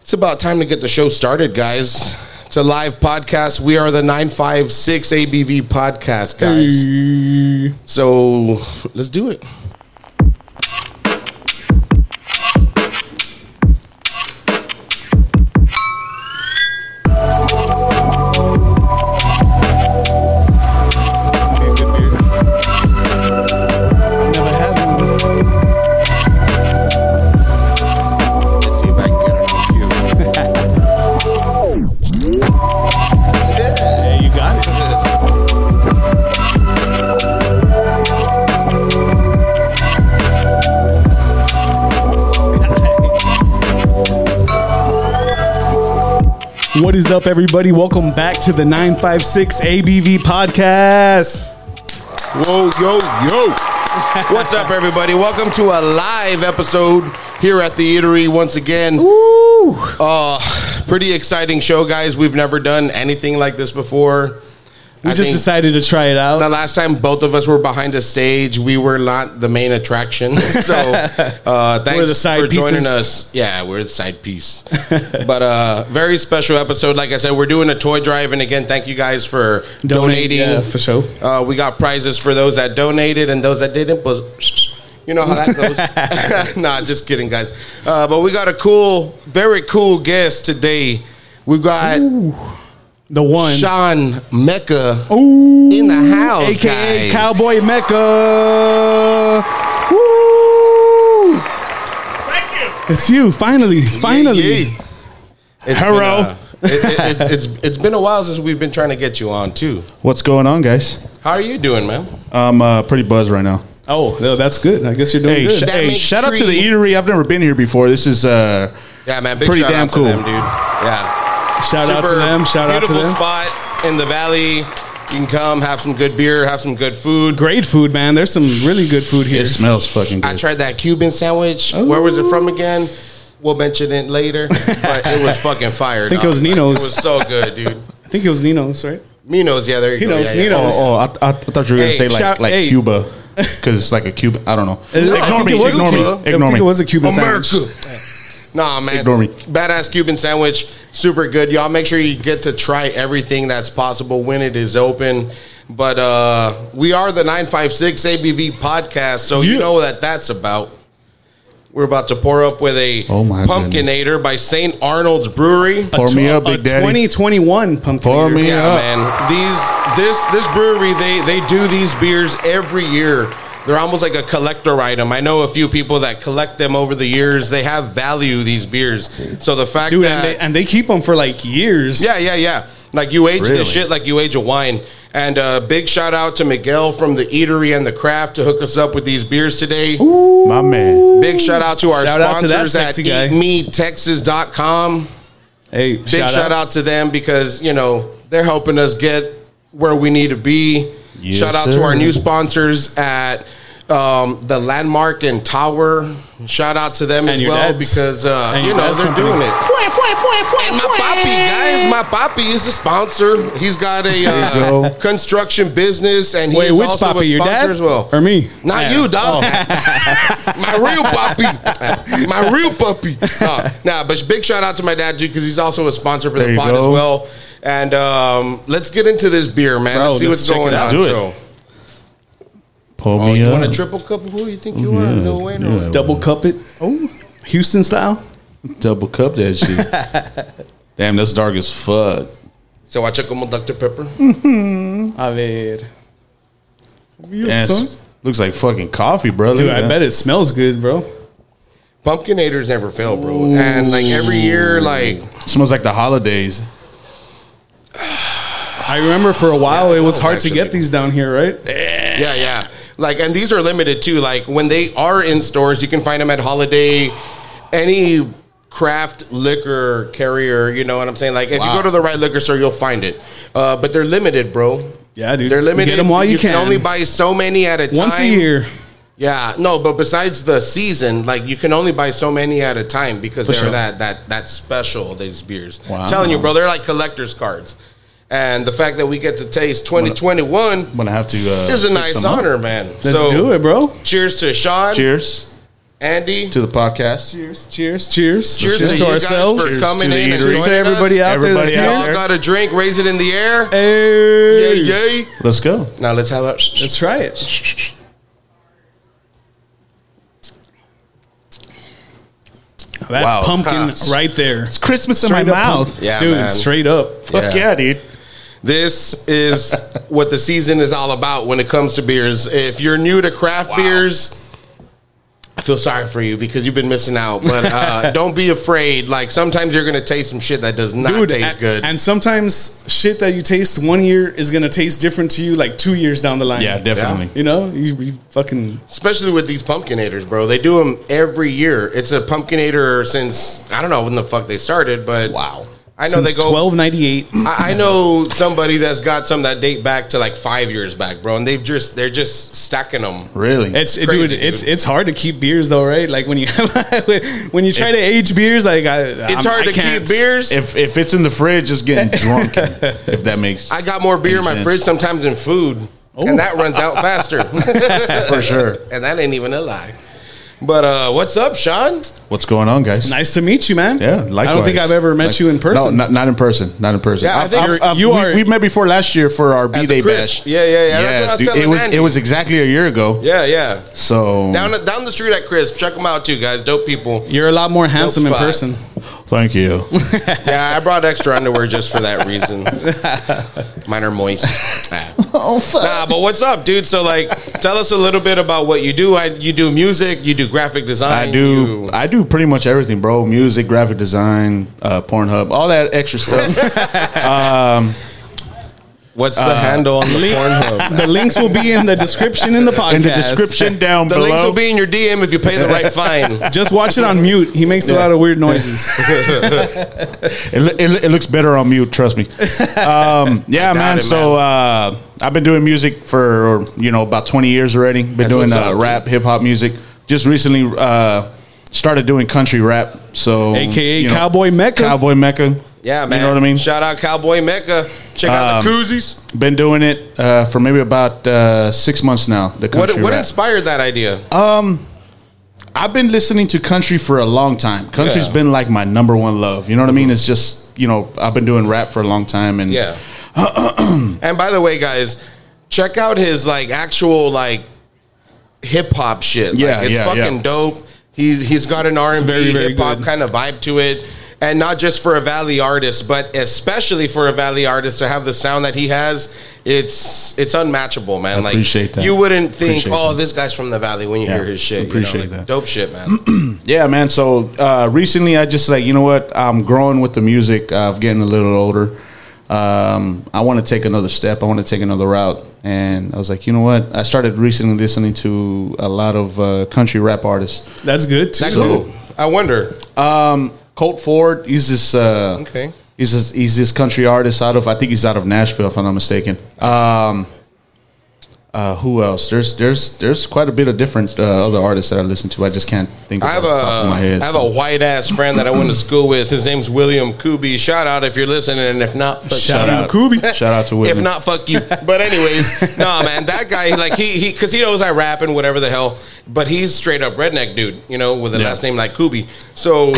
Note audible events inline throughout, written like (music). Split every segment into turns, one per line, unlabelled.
It's about time to get the show started, guys. It's a live podcast. We are the 956 ABV podcast, guys. So let's do it.
Be a good beer. I've never had one.
Let's see if I can get it on cue.
Yeah, you got it. What is up, everybody? Welcome back to the 956 ABV podcast.
Whoa, yo, yo. What's up, everybody? Welcome to a live episode here at the Eatery once again.
Woo!
Uh, pretty exciting show, guys. We've never done anything like this before.
We
I
just
think
decided to try it out.
The last time both of us were behind a stage, we were not the main
(laughs)
attraction. (laughs) So uh, thanks
the side
for joining
pieces.
us. Yeah, we're the side
(laughs)
piece. but uh, very special episode. Like I said, we're doing a toy drive, and again, thank you guys for
Donate,
donating.
yeah, for sure.
Uh, we got prizes for those that donated and those that didn't. But you know how that
(laughs)
goes. (laughs) nah, just kidding, guys. Uh, but we got a cool, very cool guest today. We've got
The one.
Sean Mecca
Oh, Ooh.
in the house,
AKA
guys.
Cowboy Mecca. Woo!
Thank you.
It's you, finally, finally.
Yeah, yeah. It's been,
Hello.
uh, it, it, it's, it's it's been a while since we've been trying to get you on too.
What's going on, guys?
How are you doing, man?
I'm uh, pretty buzzed right now.
Oh, no, that's good. I guess you're doing
Hey,
good.
sh-
That
hey
makes
shout out to the
three.
eatery. I've never been here before. This is uh,
Yeah, man. Big
Pretty
shout
damn
out
cool.
to them, dude. Yeah.
Shout out to them. Shout out to
Beautiful
them.
spot in the valley. You can come have some good beer, have some good food.
Great food, man. There's some really good food here.
it smells fucking
I
good.
tried that Cuban sandwich. Where was it from again? We'll mention it later. But it was fucking fire. I
think it was Nino's.
It was so good, dude.
I think it was Nino's, right?
Minos, yeah, there you
Nino's,
go. Yeah, yeah.
Nino's.
Oh, I, I, I thought you were
Hey,
gonna say like
shout-
like
hey.
Cuba because it's like a Cuban. I don't know.
I
ignore
think
me.
it was a
Ignore
Cuba.
me.
I
Ignore
think
me.
it was a Cuban sandwich.
Oh. Nah, man.
Ignore me.
Badass Cuban sandwich. Super good. Y'all make sure you get to try everything that's possible when it is open. But uh we are the 956 ABV podcast, so you
Yeah.
know what that's about. We're about to pour up with a
Oh my
pumpkinator by St. Arnold's Brewery.
Pour me up,
A
Big Daddy.
2021 pumpkin.
Pour
beer.
me
Yeah,
up.
man. These this this brewery they they do these beers every year. They're almost like a collector item. I know a few people that collect them over the years. They have value these beers. So the fact
Dude,
that
and they, and they keep them for like years.
yeah, yeah, yeah. Like you age
Really?
this shit like you age a wine. And uh, big shout out to Miguel from the Eatery and the Craft to hook us up with these beers today.
My man.
Big shout out to our
Shout out to
sponsors
that sexy guy.
at eatmetexas.com.
Hey,
Big shout, out. to them because, you know, they're helping us get where we need to be.
Yes,
shout out
sir.
to our new sponsors at um, the Landmark and Tower. Shout out to them
And
as
your
well
dad's-
because, uh,
and
you
your
know,
dad's
they're
company.
doing it.
Fue, fue, fue, fue,
And my
fue.
papi, guys, my papi is a sponsor. He's got a uh,
go.
construction business, and he
Wait,
is
which
also
papi?
a
Your
sponsor
dad
as well.
or me?
Not
Yeah. Oh.
you, dog. (laughs) my real papi, my real puppy. No, nah, but big shout out to my dad too, because he's also a sponsor for
There
the
you
pod
go.
as well. And um, let's get into this beer, man.
Bro,
let's see what's
let's check
going
it
on.
out.
Do it.
So,
Pour
oh,
me
you
up.
want a triple cup? of Who you think you
Mm-hmm.
are?
Yeah,
No way, no.
yeah.
Double cup it. Oh, Houston style.
Double cup
(laughs)
that shit. Damn, that's dark as fuck.
So I check them on Dr Pepper.
A ver.
Damn, it's- looks like fucking coffee, bro.
Dude, I bet it smes good, bro.
Pumpkinators never fail, bro. And like every year, like
Smells like the holidays.
I remember for a while
Yeah,
it was
that
hard
was
to get
actually-
these down here, right?
Yeah, yeah. Like, and these are limited too. Like, when they are in stores, you can find them at Holiday, any craft liquor carrier. You know what I'm saying? Like, if you go to the right liquor store, you'll find it. Uh, but they're limited, bro.
Yeah, dude.
They're limited.
Get them while you,
can.
can.
only buy so many at a time.
once a year.
Yeah, no, but besides the season, like you can only buy so many at a time because they're
sure.
that that that special. These beers,
Wow.
I'm telling you, bro, they're like collectors cards. And the fact that we get to taste 2021
I'm gonna have to. Uh,
is a
pick
nice
some up.
honor, man.
Let's do it, bro.
Cheers to Sean.
Cheers.
Andy.
to the podcast.
Cheers, cheers, cheers.
Cheers, to, you
ourselves.
guys for
Cheers
coming
to
in
the
and
E eatery.
joining
Cheers to everybody
us.
out there
Everybody
that's
out
Y'all
here.
got a drink, raise it in the air.
Hey.
Yay, yay.
Let's go.
Now let's have a.
Let's try it. That's
Wow.
pumpkin
Huh.
right there.
It's Christmas in
Straight
my
up
mouth.
pumpkin.
Yeah,
Dude,
man.
straight up.
Fuck yeah, dude.
This is what the season is all about when it comes to beers. If you're new to craft beers, I feel sorry for you because you've been missing out. But
(laughs)
uh, don't be afraid. Like sometimes you're gonna taste some shit that does not
Dude,
taste
and,
good.
and sometimes shit that you taste one year is gonna taste different to you like two years down the line.
Yeah, definitely.
You know, you, you fucking
Especially with these pumpkinators, bro. They do them every year. It's a pumpkinator since I don't know when the fuck they started, but wow. I know they go
twelve ninety eight.
I, I know somebody that's got some that date back to like five years back, bro, and they've just they're just stacking them.
Really?
It's it,
Crazy,
dude, it's
dude.
it's hard to keep beers though, right? Like when you (laughs) when you try to age beers, like I,
It's hard to keep beers.
if if it's in the fridge, it's getting drunk. if that makes
I got more beer in my
Makes sense.
fridge sometimes than food, and that runs out faster (laughs) for sure. And that ain't even a lie. But uh, what's up, Sean?
what's going on, guys?
Nice to meet you, man.
Yeah, likewise.
I don't think I've ever met
Like-
you in person.
No, not, not in person. Not in person.
Yeah, I
I've-
think
I've-
you're-
I've-
you
we,
are-
we met before last year for our
the
B Day
Chris.
bash.
Yeah, yeah, yeah. That's what I was
dude,
telling
it was
Andy.
it was exactly a year ago.
Yeah, yeah.
So
Down down the street at Chris. Check them out too, guys. Dope people.
You're a lot more handsome in
spot. (laughs)
person.
thank you.
Yeah, I brought extra underwear just for that reason.
(laughs)
Mine are moist.
oh fuck.
Nah, but what's up, dude? So like, tell us a little bit about what you do. I, you do music. You do graphic design.
I do.
you-
I do pretty much everything, bro. Music, graphic design, uh, Pornhub, all that extra stuff.
what's the
Uh,
handle on the
(laughs)
Pornhub?
The links will be in the description in the podcast.
In
(laughs)
the description down
The
below.
links will be in your DM if you pay the
(laughs)
right fine.
Just watch it on mute. He makes a lot of weird noises.
It, loo- it, loo- it looks better on mute. Trust
(laughs)
me. Um, yeah, man.
it,
so Uh, I've been doing music for you know about twenty years already. Been doing
what's
uh,
up, dude.
rap, hip hop music. Just recently uh, started doing country rap. So
AKA
you know,
Cowboy Mecca.
Cowboy Mecca.
Yeah, man.
You know what I mean? Um,
Shout out Cowboy Mecca. Check out the koozies.
Been doing it uh, for maybe about uh, six months now. The
What,
country
what
rap.
inspired that idea?
Um, I've been listening to country for a long time. Country's
Yeah. Mm-hmm.
been like my number one love. You know what I mean? It's just you know I've been doing rap for a long time and
yeah. and by the way, guys, check out his like actual like hip hop shit. Like,
Yeah,
it's
yeah,
fucking
yeah.
dope. He's he's got an R and B
very, very
hip hop
good.
kind of vibe to it, and not just for a valley artist, but especially for a valley artist to have the sound that he has. It's it's unmatchable, man. like
appreciate that.
you wouldn't think,
Appreciate
oh,
that.
this guy's from the valley when you
Yeah,
hear his shit.
appreciate
you know? like,
that.
Dope shit,
(clears throat)
man.
Yeah, man. So uh, recently, I just like you know what? I'm growing with the music. I've getting a little older. Um, I want to take another step. I want to take another route. And I was like, you know what? I started recently listening to a lot of uh, country rap artists. Um,
That's good too.
That's cool. I wonder.
Colt Ford. He's this. Uh,
Okay.
He's this, he's this country artist out of I think he's out of Nashville if I'm not mistaken. Um, uh, who else? There's there's there's quite a bit of different uh, other artists that I listen to. I just can't think. Of
I have a
off the top of my head.
I have a white ass friend that I went to school with. His name's William Kubi. Shout out if you're listening, and if not, fuck
Shout
you.
out. Kubi. Shout out to Whitman.
If not, fuck you. But
(laughs)
anyways, nah, man, that guy, like he he, because he knows I rap and whatever the hell, but he's straight up redneck dude, you know, with a
Yeah.
last name like Kubi. So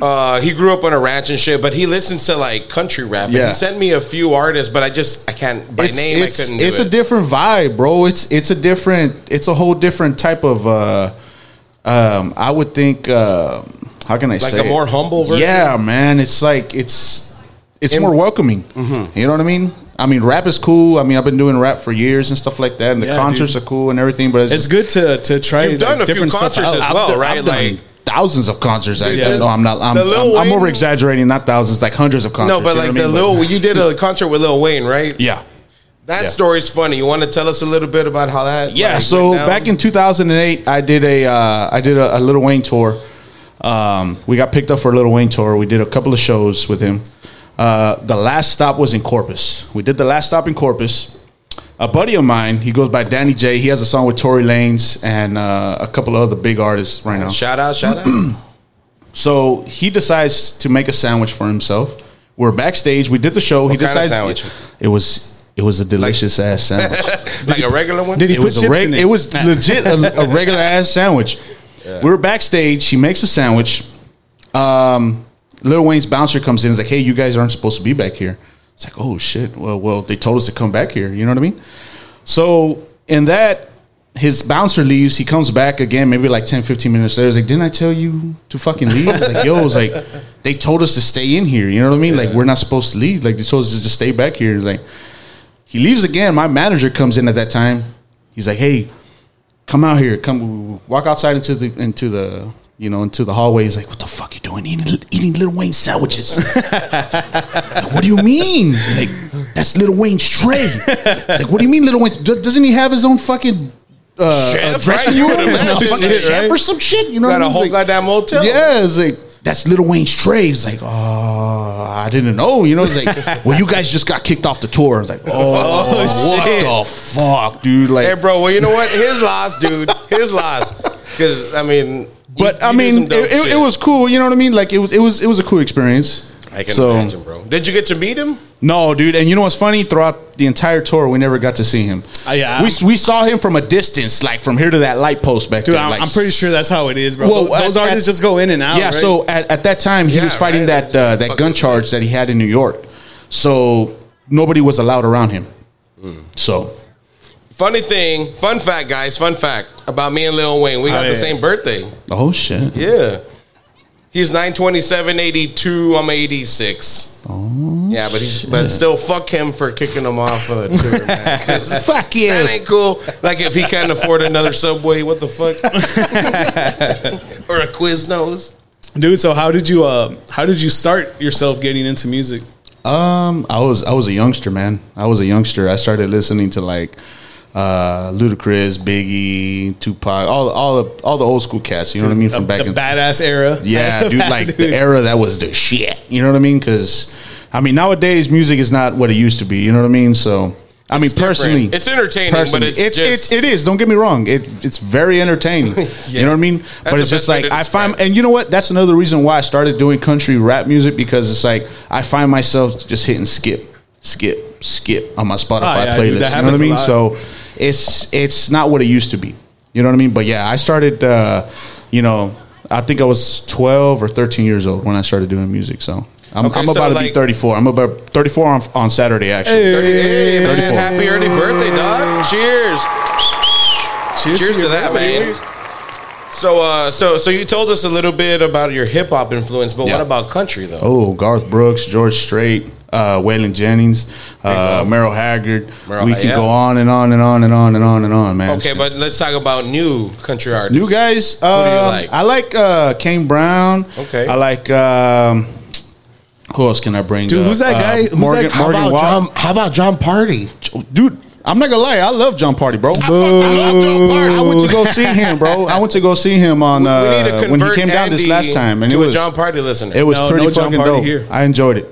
uh, he grew up on a ranch and shit, but he listens to like country rap. And
Yeah.
he sent me a few artists, but I just I can't by
it's,
name.
it's,
I couldn't. Do
it's
it.
a different vibe, bro. It's it's a different. It's a whole different type of. uh um I would think. uh How can I
Like
say?
a
it?
more humble version?
Yeah, man. It's like it's it's more welcoming.
Mm-hmm.
You know what I mean? I mean, rap is cool. I mean, I've been doing rap for years and stuff like that, and the
Yeah,
concerts
dude.
are cool and everything. But it's,
It's good to to try
You've done a few concerts
out.
as
I've
well,
done-
right?
I've done
Like-
thousands of concerts. I,
Yeah.
no, I'm not. I'm,
The Lil
I'm, I'm
Wayne-
over exaggerating. Not thousands, like hundreds of concerts.
No, but
you know
like
what I
the
mean?
Lil, you did a concert with Lil Wayne, right?
yeah.
That
Yeah.
story's funny. You want to tell us a little bit about how that?
Yeah,
like,
so
went down?
back in 2008, I did a uh, I did a, a Little Wayne tour. Um, we got picked up for a Little Wayne tour. We did a couple of shows with him. Uh, the last stop was in Corpus. We did the last stop in Corpus. A buddy of mine, he goes by Danny J. He has a song with Tory Lanez and uh, a couple of other big artists right now.
shout out, shout
(clears throat)
out.
So he decides to make a sandwich for himself. We're backstage. We did the show. he
kind of
decides
sandwich?
It, was it was a delicious ass
(laughs)
sandwich
like a regular one.
Did he
it
put
was a
chips
reg-
in
it?
it? (laughs)
was legit a, a regular ass sandwich. We were backstage. He makes a sandwich. Um, Lil Wayne's bouncer comes in. He's like, "Hey, you guys aren't supposed to be back here." It's like, "Oh shit!" Well, well, they told us to come back here. You know what I mean? So in that, his bouncer leaves. He comes back again, maybe like 10, 15 minutes later. He's like, "Didn't I tell you to fucking leave?" It's like, "Yo," it's like they told us to stay in here. You know what I mean? Like we're not supposed to leave. Like they told us to just stay back here. Like he leaves again. My manager comes in at that time. He's like, "Hey, come out here. Come walk outside into the into the you know into the hallway." He's like, "What the fuck you doing? Eating, eating Little Wayne sandwiches? (laughs) Like, what do you mean? Like that's Little Wayne's tray? It's like what do you mean, Little Wayne? do- Doesn't he have his own fucking?" Uh,
Chef,
uh, dressing
right?
room,
(laughs)
and a fucking
Shit,
chef
right?
or some shit. You know,
Got
what
a
I mean?
whole
Like-
goddamn hotel.
yeah, it's like that's Little Wayne's tray. It's like, oh, I didn't know. You know, it's
(laughs)
like, well, you guys just got kicked off the tour. It's like, oh, what the fuck, dude? Like,
Hey, bro. Well, you know what? His loss, dude. His loss. Because I mean, you-
but I
you do
mean,
some
it,
dope
it,
shit.
it was cool. You know what I mean? Like, it was, it was, it was a cool experience.
I can
so,
imagine, bro. Did you get to meet him?
No, dude, and you know what's funny? Throughout the entire tour, we never got to see him.
Oh,
Uh, yeah,
we,
I'm-
we saw him from a distance, like from here to that light post back
Dude,
there.
I'm,
like,
I'm pretty sure that's how it is, bro.
Well,
Th- Those
at-
artists
at-
just go in and out.
Yeah,
right?
so at, at that time he
Yeah,
was fighting
right.
that uh, that gun charge that he had in New York. So nobody was allowed around him.
Hmm.
So
Funny thing, fun fact, guys. Fun fact about me and Lil Wayne. We got
Oh,
the
yeah.
same birthday.
oh shit.
Yeah. He's 927.82. I'm 86.
Oh,
yeah, but he's but still fuck him for kicking him off of the tour, man. 'Cause
Fuck you.
That ain't cool. Like if he can't afford another subway, what the (laughs) fuck? or a Quiznos.
dude, so how did you uh, how did you start yourself getting into music?
Um, I was I was a youngster, man. I was a youngster. I started listening to like uh, Ludacris, Biggie, Tupac, all all the all the old school cats. You know what I mean from
the,
back
the
in
badass era.
(laughs) Yeah, dude, like the era that was the shit. You know what I mean? Because I mean, nowadays music is not what it used to be. You know what I mean? So I mean,
different.
personally,
It's entertaining, but it's just-
it is. Don't get me wrong. It it's very entertaining.
(laughs)
You know what I mean? but
the
it's just
best way
like
to
I find,
describe
and you know what? That's another reason why I started doing country rap music because it's like I find myself just hitting skip, skip, skip on my Spotify
Ah,
yeah,
playlist.
dude, that
you know what I
happens a
mean?
lot.
So it's it's not what it used to be. You know what I mean? But yeah, I started. Uh, you know, I think I was twelve or thirteen years old when I started doing music. So I'm,
Okay,
I'm
so
about to be
like-
thirty four. I'm about thirty four on, on Saturday actually.
Hey, man,
34.
happy early birthday, dog. Cheers.
Cheers,
Cheers to
your
that,
birthday,
man.
dude.
So uh so so you told us a little bit about your hip hop influence, but
Yeah.
what about country though?
Oh, Garth Brooks, George Strait, uh, Waylon Jennings, uh, Merrill Haggard.
Merrill-
we can
yeah.
go on and on and on and on and on and on, man.
Okay, but let's talk about new country artists.
Oh. New guys. Um,
do you like?
I like uh, Kane Brown.
Okay.
I like. Um, who else can I bring?
Dude,
up?
who's that
Uh,
guy? Who's that-
Morgan,
how
Morgan
about
Wallen.
how about John Party?
dude. I'm not gonna lie, I love John Party, bro. I,
love John Party.
went to go see him, bro. I went to go see him on
We
uh,
need to
when he
convert
came down this
Andy
last time, and it
to a
was
John Party listener.
it was
No,
pretty
no John
fucking
Party
dope.
here.
I enjoyed it.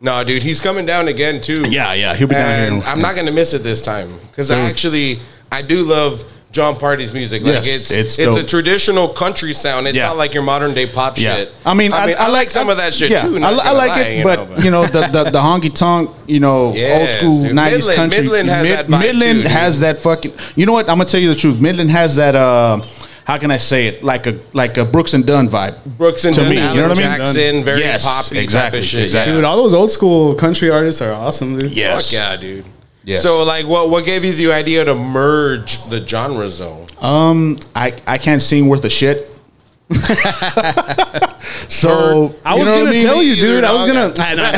no, dude, he's coming down again too.
Yeah, yeah, he'll be down
and
here.
I'm not gonna miss it this time because I
Mm.
actually I do love John Party's music. Like it's
Yes, it's
it's,
dope.
a traditional country sound. It's
Yeah.
not like your modern day pop
Yeah,
shit.
I mean,
I, like some
I-
of that shit
yeah,
too.
I,
not
li- I
gonna
like
lie,
it, but you know the the, the honky tonk, you know, old
(laughs) Yes,
school
dude.
nineties
Midland-
country.
Midland has that vibe
Midland
too, dude.
has that fucking. You know what? I'm gonna tell you the truth. Midland has that. Uh, how can I say it? Like a like a Brooks and Dunn vibe.
Brooks and
to
Dunn,
me, you know
Alan
what I mean?
Jackson, very
Yes,
poppy
exactly,
type of shit.
exactly.
Dude, all those old school country artists are awesome, dude.
Yeah.
Yes.
Fuck yeah, dude.
Yes.
So like, what what gave you the idea to merge the genres though?
Um, I I can't sing worth a shit. (laughs) so
I
you know
was
what
gonna
mean?
tell you,
Me either,
dude. I was
dog.
gonna. I know.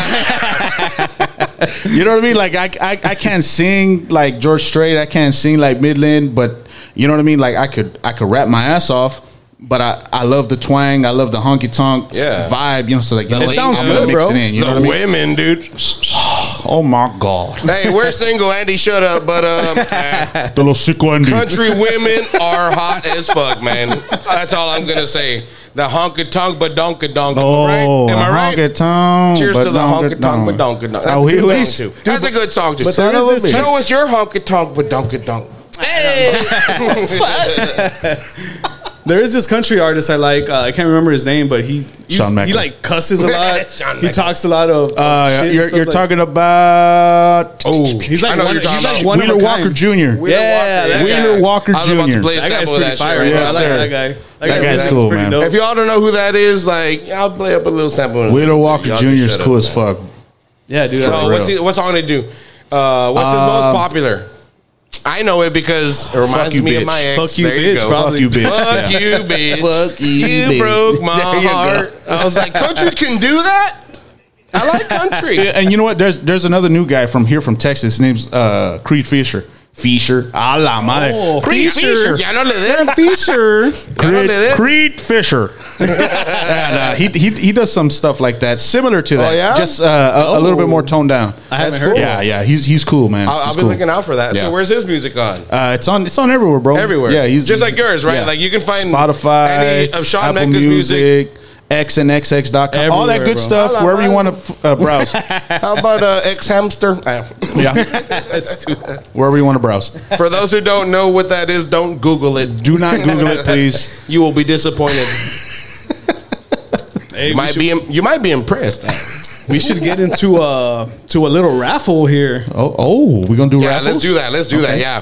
You know what I mean? Like I, I, I can't sing like George Strait. I can't sing like Midland. But you know what I mean? Like I could I could rap my ass off. But I, I love the twang. I love the honky tonk
Yeah.
vibe. You know, so like it
sounds
I'm
good,
gonna mix
bro.
it in. You know what I
the
mean?
women,
(laughs)
dude.
Oh my (laughs) god,
hey, we're single, Andy. Shut up. But um,
(laughs)
uh,
the Losico Andy.
country women are hot as fuck, man. That's all I'm gonna say. The honka tonk, but donka donka.
Oh,
right? Am I right?
honky tonk.
Cheers to the honky tonk, but
donk.
donka donk.
Oh, he was-
That's a good song, too. That's a good song too.
but there is this-
Show us your honky tonk, but donka donk. Hey.
There is this country artist I like. Uh, I can't remember his name, but he he,
Shawn Mendes.
he like cusses a
Shawn
lot. he
Mendes.
talks a lot of. of
Uh,
shit and
you're
stuff
you're
like-
talking about
Oh,
He's like
I know
one-
what you're talking
he's like
about.
one- of
Wheeler
a
Walker
kind.
Jr.
Wheeler
Yeah,
Walker,
that
Wheeler
guy.
Walker
I was about
Jr.
to play a
That guy's
sample of
pretty
that
fire.
shit.
bro.
Yes,
I like
sir.
that guy.
That guy's
that's
cool,
pretty
man.
dope.
If y'all don't know who that is, like I'll play up a little sample.
Wheeler Walker
Y'all
Jr.
just
is
shut
cool
up,
as
man.
fuck.
Yeah, dude. I
For
Oh,
like
real.
what's he, what's on to do? Uh, what's his most
Um,
popular? I know it because it reminds
you,
me
bitch.
of my ex.
Fuck you,
there you
bitch,
go.
probably.
Fuck you, bitch.
Fuck
(laughs)
you, bitch.
Fuck you,
You
bitch.
broke my
(laughs) There you go.
heart. I was like,
(laughs)
country can do that. I like country.
and you know what? There's there's another new guy from here from Texas. His name's uh, Creed Fisher. Fisher. A la madre.
Oh,
Creed Fisher.
Ya no le den. (laughs)
Fisher.
Creed-
Creed, Creed Fisher. and uh, he, he he does some stuff like that, similar to that.
Oh, yeah? Oh.
Just uh, a, a little bit more toned down.
I haven't
That's
heard.
cool.
Yeah.
Yeah, yeah. He's he's cool, man.
I'll, I'll
He's
be
cool.
looking out for that.
Yeah.
So where's his music on?
Uh, it's on. It's on everywhere, bro.
Everywhere.
Yeah, he's
just like yours, right?
yeah.
Like you can find
Spotify,
any of Sean
Apple
Mecca's music.
X and XX.com, all that
Everywhere,
good
bro.
stuff.
Holla,
wherever you
holla.
want to uh,
(laughs)
browse,
How about uh, ex hamster? (laughs)
yeah, wherever you want to browse.
For those who don't know what that is, don't Google it. (laughs)
Do not Google it, please.
You will be disappointed.
(laughs)
Hey,
You
we,
might
should,
be you might be impressed.
we should get into uh to a little raffle here.
Oh, oh, we're gonna do
Yeah,
raffles.
let's do that. Let's do that.
Okay.
Yeah.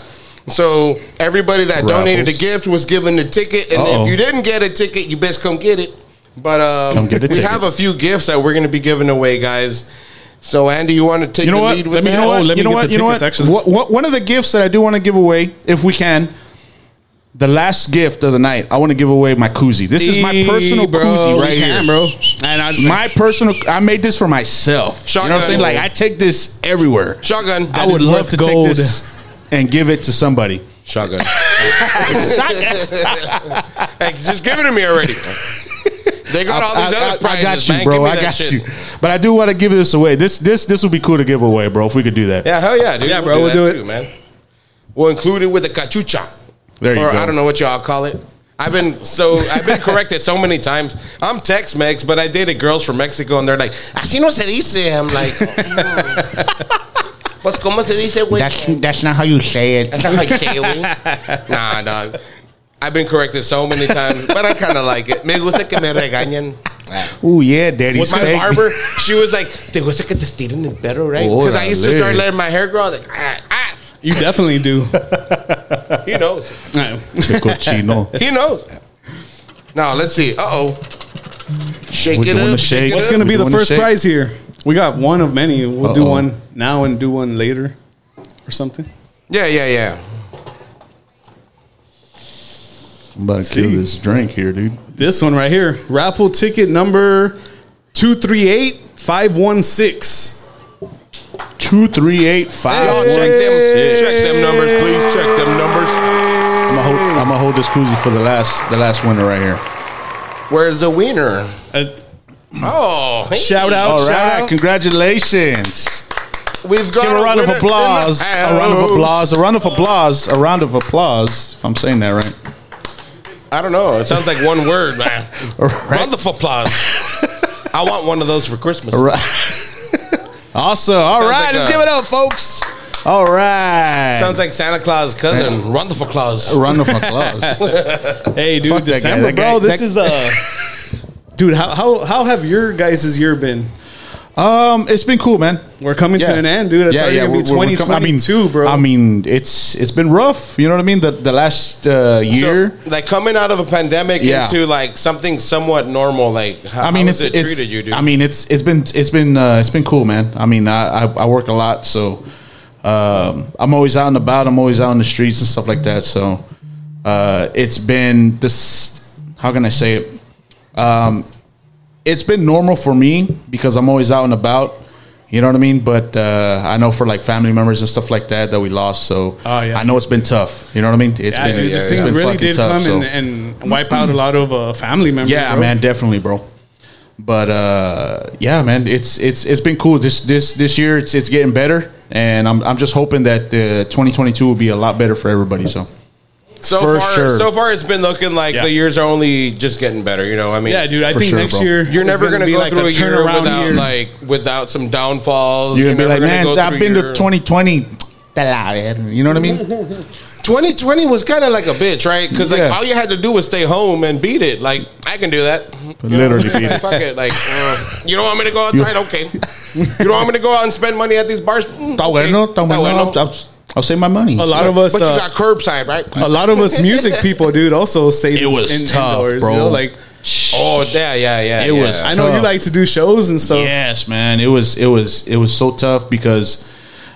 So everybody that donated a
Raffles.
gift was given a ticket, and
Uh-oh.
if you didn't get a ticket, you best come get it. But um,
Come get a
we
ticket.
have a few gifts that we're going to be giving away, guys. So Andy, you want to take
You know
the
what?
lead with
Let me, you
that?
know what?
Oh, let
you know
me get
what?
the
You know
tickets,
what?
actually.
What- what- One of the gifts that I do want to give away, if we can, the last gift of the night, I want to give away my koozie. This is my personal
bro,
koozie right
we
here,
can, bro. And I just,
My personal, I made this for myself. You know what I'm saying?
Shotgun.
Like I take this everywhere.
Shotgun.
I would
is
love
worth
to
gold.
take this and give it to somebody.
(laughs) Shotgun. (laughs) hey, just give it to me already. They got all these other prizes.
got you,
man. Give
bro.
me
I
that
got
shit.
you. But I do want to give this away. This this this would be cool to give away, bro. If we could do that,
Yeah, hell yeah, dude.
Yeah, bro, we'll
that
do it.
too, man. We'll include it with a cachucha.
there you
or
go.
I don't know what y'all call it. I've been so I've been corrected so many times. I'm Tex-Mex, but I dated girls from Mexico, and they're like, "Así no se dice." I'm like, mm. "Pues cómo se dice, güey?"
that's not how you say it.
That's not how you say it, güey. Nah, dog. I've been corrected so many times, but I kind of like it. Me gusta que me regañen.
Oh yeah, daddy.
With my
spank me. (laughs)
barber, she was like, "Te gusta que te estiren el pelo, right?" Because I used to
Órale.
start letting my hair grow. I was like, ah, ah.
you definitely do. (laughs)
He knows.
Cochino.
He knows. Now let's see. Uh oh. Shake
We're
it
doing
up.
the
shake
shake.
it
What's
up.
going to
We
be the
doing the
first
shake?
prize here? We got one of many. We'll do
Uh-oh.
one now and do one later or something.
Yeah, yeah, yeah.
I'm
(laughs)
about to kill
See.
this drink here, dude.
This one right here. Raffle ticket number 238516.
Two, three, eight,
Hey,
five.
y'all
one,
check them.
six.
Check them numbers, please. Check them numbers.
I'm gonna hold, I'm gonna hold this koozie for the last the last winner right here.
Where's the wiener?
Uh,
Oh, hey.
Shout out.
All
shout
right,
out.
congratulations.
We've got
Give a round of
winner in
applause.
the
A round of
house.
applause. A round of applause. A round of applause. If I'm saying that right.
I don't know. It sounds like one word, man.
(laughs) Right.
Round of
(laughs)
applause. I want one of those for Christmas.
(laughs) Awesome. All
Sounds
right,
like
let's
a-
give it up, folks. All right.
Sounds like Santa Claus' cousin. Round of applause.
run the fuck close.
Hey, dude,
Fuck that guy,
December,
that guy-
bro. this
that-
is the. Dude, how, how, how have your guys' year been?
(laughs) um, it's been cool, man.
We're coming to
Yeah.
an end, dude. It's already going to be
we're- we're com-
2022,
I mean,
bro.
I mean, it's it's been rough. You know what I mean? The the last uh, year.
So, like coming out of a pandemic
Yeah.
into like something somewhat normal. Like, how,
I mean,
how
it's,
has it
it's
treated you, dude?
I mean, it's it's been it's been uh, it's been cool, man. I mean, I, I, I work a lot, so um, I'm always out and about. I'm always out in the streets and stuff like that. So uh, it's been this. How can I say it? Um, it's been normal for me because I'm always out and about. You know what I mean? But uh, I know for like family members and stuff like that that we lost. So
Oh, yeah.
I know it's been tough. You know what I mean? It's
yeah,
been,
dude, this
it's
thing
been
really
fucking
did
tough,
come
so.
and, and wipe out a lot of uh, family members.
Yeah,
bro.
man, definitely, bro. But uh, yeah, man, it's it's it's been cool. This this this year, it's it's getting better, and I'm I'm just hoping that uh, 2022 will be a lot better for everybody. So
So
For
far,
sure.
so far, it's been looking like
Yeah.
the years are only just getting better. You know, I mean,
Yeah, dude. I
For
think
sure,
next
bro.
year
you're
is
never
gonna
gonna,
be
go
like
through a, year
turnaround
without
year.
like without some downfalls.
you're gonna be
never
like, man,
go
I've
through
been
your-
to 2020. You know what I mean?
2020 was kind of like a bitch, right? Because like
Yeah.
all you had to do was stay home and beat it. Like I can do that.
Literally beat
Like,
it.
fuck it. Like uh, you don't want me to go outside?
(laughs)
Okay. You don't want me to go out and spend money at these bars? Mm,
Está
okay.
bueno, está
Está
bueno.
bueno.
I'll, I'll, I'll save my money.
A lot of us,
But you
uh,
got curbside, right?
a lot of us
(laughs)
music people, dude, also stayed.
It was
in,
tough,
indoors,
bro.
You know? Like
Oh yeah, yeah, yeah.
It
yeah.
was
I know you
Tough.
like to do shows and stuff.
Yes, man. It was it was it was so tough because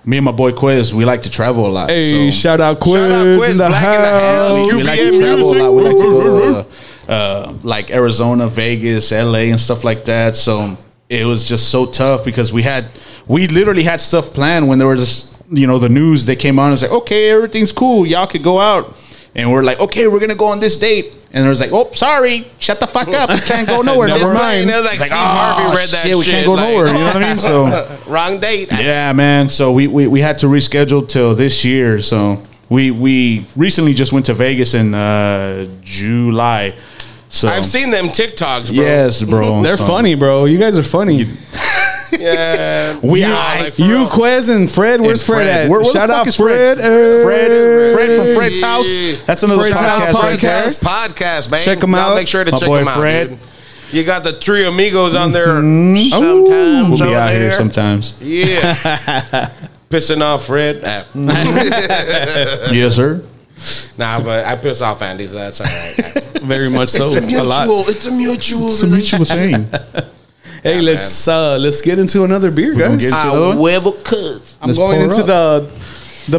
me and my boy Quiz, we like to travel a lot. so
Hey, shout out Quiz,
Shout out Quiz,
in
Black
the
in the
house.
house.
we, we
QVM
like to travel a lot. We like to
(laughs)
go
music.
uh, uh, like Arizona, Vegas, LA, and stuff like that. So it was just so tough because we had we literally had stuff planned when there was just you know the news that came on. It's like okay, everything's cool. Y'all could go out, and we're like okay, we're gonna go on this date. And there was like, oh, sorry, shut the fuck (laughs) up, you can't go nowhere.
It's
Never
mine.
mind.
It was like, Steve
"Ah,
Harvey read that shit.
We can't go
like,
nowhere. You know what I
(laughs)
mean? (laughs) So
Wrong date.
Yeah, man. So we, we, we had to reschedule till this year. So we we recently just went to Vegas in uh, July. So
I've seen them TikToks, bro.
yes, bro.
They're
So
funny, bro. You guys are funny.
Yeah.
We
Yeah,
are
like, for
You,
real.
Quez, and Fred. Where's
And
Fred, at?
Where, where
Shout
the fuck
out
is
Fred. Hey.
Fred. Fred. Fred from Fred's
Yeah.
house. That's another
Fred's
podcast.
House
right there.
podcast.
podcast, man.
Check 'em
Y'all
out.
Make sure to
My
check
boy
them out,
Fred.
dude. You got the three amigos on there
Ooh,
sometimes.
we'll be
over
out here
there.
sometimes.
Yeah. Pissing off Fred. Nah,
yes, sir.
(laughs) nah, but I piss off Andy, so that's all right.
(laughs)
Very much so. a lot.
It's a mutual.
It's a mutual (laughs) thing.
Hey, let's uh, let's get into another beer,
gonna
guys.
get into-
I'm
another
I
one?
will cuss.
Let's
going
pour
into
up.
the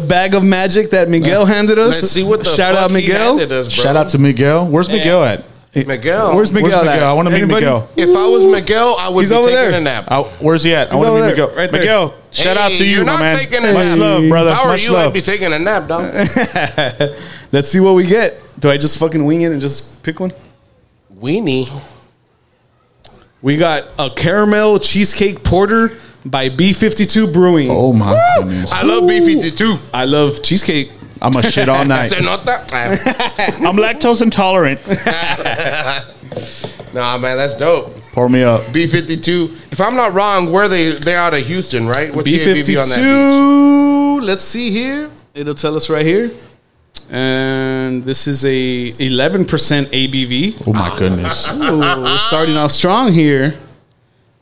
the bag of magic that Miguel handed us.
Let's see what the
shout
fuck
out
he
Miguel.
handed us, bro.
Shout out to Miguel. Where's Miguel at?
Miguel.
Where's Miguel?
Where's
at?
Miguel? I want to meet
Anybody?
Miguel.
If I was Miguel, I would
He's
be
over
taking a
there.
nap.
I, where's he at? I
He's
want to
over
meet
there,
Miguel.
right there.
Miguel, shout out
Hey,
to you,
you're
my
not
man.
taking a
Much
nap.
love, brother.
If I were
Much
you, I'd
love.
be taking a nap, dog.
(laughs) Let's see what we get. Do I just fucking wing it and just pick one?
Weenie.
We got a caramel cheesecake porter by B52 Brewing.
Oh my goodness!
I love B52.
I love cheesecake.
I'm a shit
(laughs)
all night.
Se nota.
I'm lactose intolerant.
nah, man, that's dope.
Pour me up.
B52. If I'm not wrong, where they they're out of Houston, right? What's the ABV on that beach?
B52. Let's see here. It'll tell us right here. And this is a 11% ABV.
Oh my goodness!
Ooh, we're starting off strong here.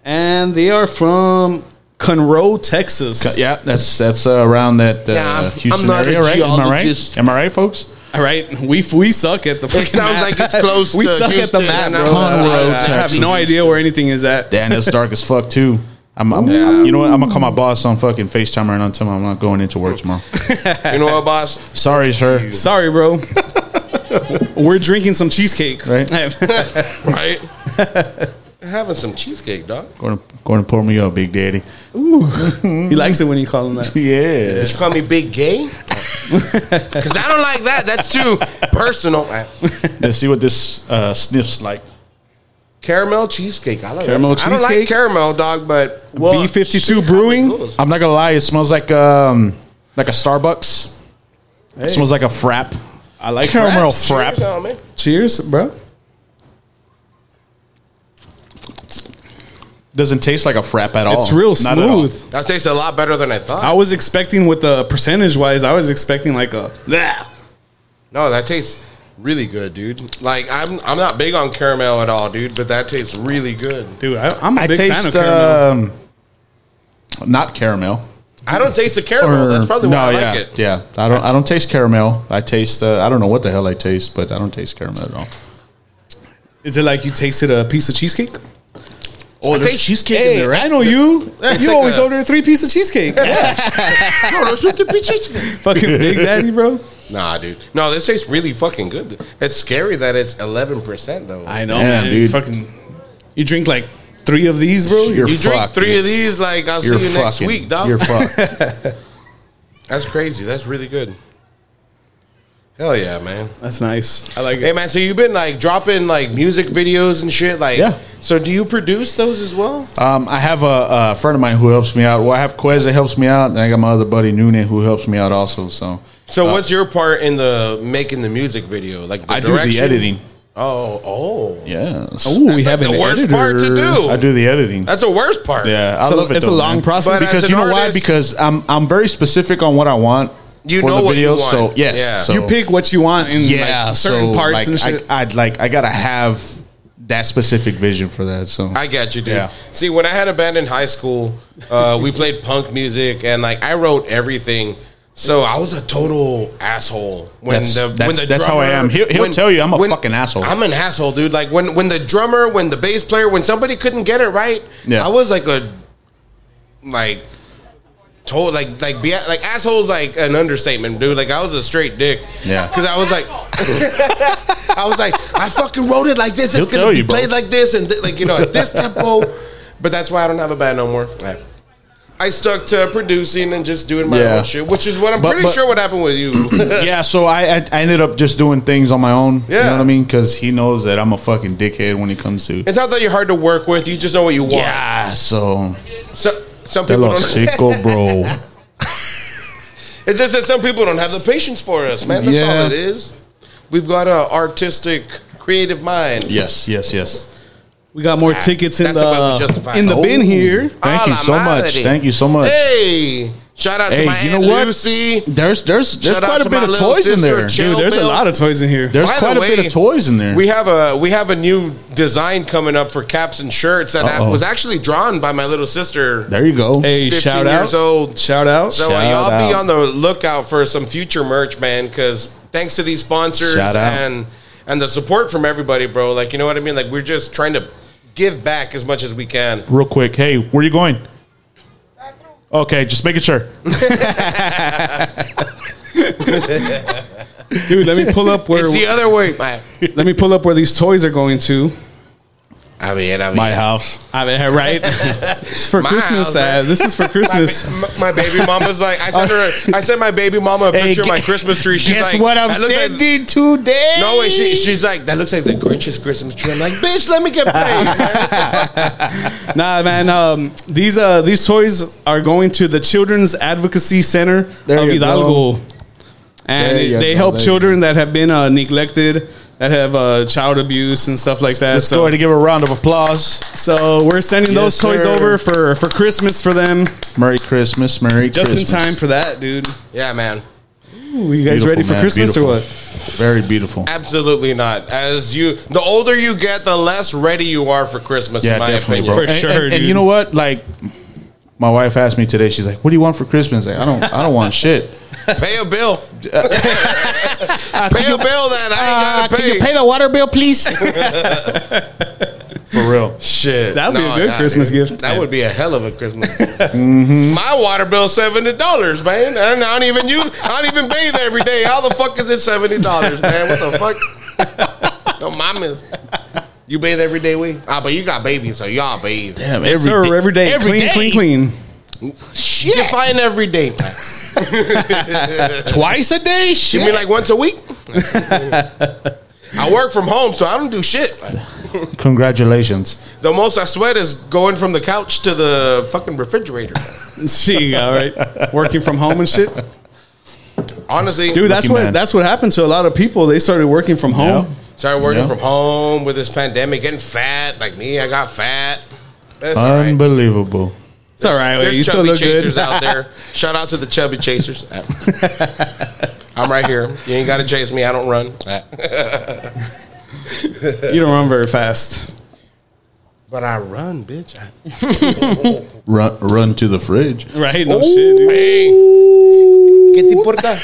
And they are from Conroe, Texas.
Yeah, that's that's uh, around that uh,
Yeah, I'm-
Houston
I'm not
area,
a
right? Am I right?
geologist.
Am I right, folks?
All right. We we suck at the fucking
sounds
map.
like it's close
(laughs) We
to
suck at
Houston,
the map,
and
bro.
I-
Conroe,
I, have
Texas.
no idea where anything is at.
Damn, that's dark as fuck too. I'm, I'm you know what? I'm gonna call my boss on fucking Facetime right now and tell him I'm not going into
(laughs)
work tomorrow.
You know what, boss?
Sorry, sir.
Sorry, bro. (laughs) we're drinking some cheesecake.
Right. (laughs)
Right? Having some cheesecake, dog.
Going to, going to pour me up, Big Daddy.
(laughs) he likes it when you call him that.
Yeah.
Just call me Big Gay.
(laughs)
Because I don't like that. That's too personal.
Let's see what this uh, sniffs like.
Caramel cheesecake. I like
Caramel
that. I don't like
cheesecake?
caramel, dog, but
B52 Brewing.
I'm not gonna lie. It smells like um like a Starbucks. It smells like a frap.
I like
Caramel
fraps.
frap.
Cheers, homie.
Cheers, bro.
Doesn't taste like a frap at all.
It's real
Not at all.
smooth.
That tastes a lot better than I
I
thought.
was expecting with the percentage wise, I was expecting like a Bleh.
No, that tastes really good, dude. Like I'm I'm not big on caramel at all, dude, but that tastes really good.
dude. I, I'm a
I
big
taste uh,
fan of caramel.
um, not caramel.
I don't taste the caramel. That's probably
no,
why I
yeah,
like it.
yeah. I don't. I don't taste caramel. I taste. Uh, I don't know what the hell I taste, but I don't taste caramel at all.
Is it like you tasted a piece of cheesecake?
Oh,
there's cheesecake in there, right?
I know you.
It's
You
like
always
a-
order a three piece of cheesecake.
No, that's with the peaches.
(laughs) Fucking Big Daddy, bro.
Nah, dude. No, this tastes really fucking good. It's scary that it's eleven percent though.
I know,
Yeah,
man. You
dude.
fucking, you drink like three of these, bro.
You're
you drink
fucked,
three
dude.
of these, like I'll
You're
see you
fucking.
next week, dog.
You're fucked.
(laughs) That's crazy. That's really good. Hell yeah, man.
That's nice. I like
Hey
it.
man, so you've been like dropping like music videos and shit, like.
Yeah.
So do you produce those as well?
um, I have a, a friend of mine who helps me out. Well, I have Quez that helps me out, and I got my other buddy Noonan who helps me out also. So
So what's your part in the making the music video? Like the
Uh, I do the
direction?
editing.
Oh, oh.
Yes.
Ooh, we
That's
have
like
an
the worst
editor.
part to do.
I do the editing.
That's the worst part.
Yeah, I
It's a-
love it.
it's a
though,
long
man.
process. But
because
as
you
an
know why?
artist-
Because I'm I'm very specific on what I want,
You
for
know
the
what you
videos.
want.
So yes,
Yeah.
so-
You pick what you want in like, certain
so,
parts
like,
and shit.
I, would like I gotta have that specific vision for that. So
I got you, dude.
Yeah.
See, when I had a band in high school, uh, we played punk music, and like I wrote everything. So I was a total asshole when
That's-
the when
that's-
the
that's how I
drummer-
am. He'll- he'll tell you I'm a fucking asshole.
I'm an asshole, dude. Like when when the drummer, when the bass player, when somebody couldn't get it right,
Yeah.
I was like a like told like like be like assholes like an understatement, dude. Like I was a straight dick.
Yeah.
because I was like. I was like, I fucking wrote it like this.
He'll
It's gonna
tell
be
you, bro.
played like this and th- like you know at this tempo. But that's why I don't have a band no more. I, I stuck to producing and just doing my
Yeah.
own shit, which is what I'm
But-
pretty
but-
sure what happened with
(clears throat)
you.
yeah, so I, I I ended up just doing things on my own. you
Yeah.
know what I mean? Because he knows that I'm a fucking dickhead when it comes to
It's not that you're hard to work with; you just know what you want.
yeah. So
So, some people
hello,
don't.
chico, bro.
(laughs) It's just that some people don't have the patience for us, man. That's
Yeah.
all it is. We've got a artistic, creative mind.
yes, yes, yes.
we got more tickets in
that's
the,
the way we justify
in
it.
the bin
Oh.
here.
Thank
A
you
la
so much.
madre.
Thank you so much.
Hey, shout out
Hey,
to my
you
aunt
know what?
Lucy.
There's there's there's
Shout out
quite
to
a bit
my
of
little
toys in
sister,
there.
Jill.
Dude, there's a
Bill.
lot of toys in here.
There's
By the
quite a bit
way,
of toys in there.
We have a we have a new design coming up for caps and shirts that I,
Uh-oh.
was actually drawn by my little sister.
there you go.
15
hey, shout
years
out.
old.
Shout out.
So uh,
Shout
y'all be
out.
on the lookout for some future merch, man. Because thanks to these sponsors
Shout out.
and and the support from everybody, bro. Like you know what I mean. Like we're just trying to give back as much as we can.
Real quick. Hey, where you going? Okay, just making sure.
Dude, let me pull
(laughs)
up where
It's the other way. I
let me pull up where these toys are going
(laughs)
to.
mean, I mean,
My house.
I mean,
(laughs)
right? it's for
My
Christmas.
house, man.
uh,
(laughs)
this is for Christmas.
My, my baby mama's like I sent her. A, I sent my baby mama a picture of my Christmas tree. She's like, "That looks like-
today?
No way. She, she's like, that looks like the Grinch's Christmas tree. I'm like, bitch, let me get
(laughs)
paid.
nah, man. Um, these uh, these toys are going to the Children's Advocacy Center
There
of
you
Hidalgo, and
There you
they
go,
help
there you
children that have been uh, neglected, that have uh, child abuse and stuff like that.
Let's
so,
go ahead and give her a round of applause.
so we're sending
Yes,
those toys
sir.
over for for Christmas for them,
Merry Christmas. Merry
just
Christmas.
in time for that, dude.
yeah, man.
Ooh, you guys
Beautiful,
ready for
man,
Christmas
beautiful.
or what?
Very beautiful.
Absolutely not. As you, the older you get, the less ready you are for Christmas.
Yeah,
in my
definitely,
opinion.
bro.
For
and,
sure,
and- and
dude.
you know what? Like, my wife asked me today. She's like, "What do you want for Christmas?" Like, I don't. I don't want
(laughs)
shit.
Pay a
(laughs)
bill. (laughs) pay a bill that I
Uh,
ain't gotta pay.
the water bill,
(laughs)
please? for real.
Shit,
That'd be a good Christmas
dude.
gift. Mm-hmm.
That would be a hell of a
(laughs)
Christmas. gift. My water bill seventy dollars, man. And I don't even use. I don't even bathe every day. How the fuck is it seventy dollars, man? What the fuck?
(laughs)
no, mamas. You bathe every day, we? Ah, but you got babies, so y'all bathe.
Damn,
Yes,
every
sir,
day-
every day,
every
clean,
day.
clean, clean.
Shit.
Define every day.
Twice a day. Shit.
You mean like once a
(laughs)
week? I work from home, so I don't do shit.
Congratulations.
The most I sweat is going from the couch to the fucking refrigerator.
(laughs) See, all right, working from home and shit.
Honestly,
Dude, that's
Lucky
what
man.
that's what happened to a lot of people. They started working from home.
Yeah.
started working
Yeah.
from home with this pandemic, getting fat. Like me, I got fat. That's all right.
Unbelievable.
It's all right.
There's
you still
chubby
look
chasers
good.
out
(laughs)
there. Shout out to the chubby chasers. I'm right here. You ain't got to chase me. I don't run.
you don't run very fast.
But I run, bitch. I-
Run, run to the fridge.
Right? No shit. Dude.
Oh, ¿Qué te importa?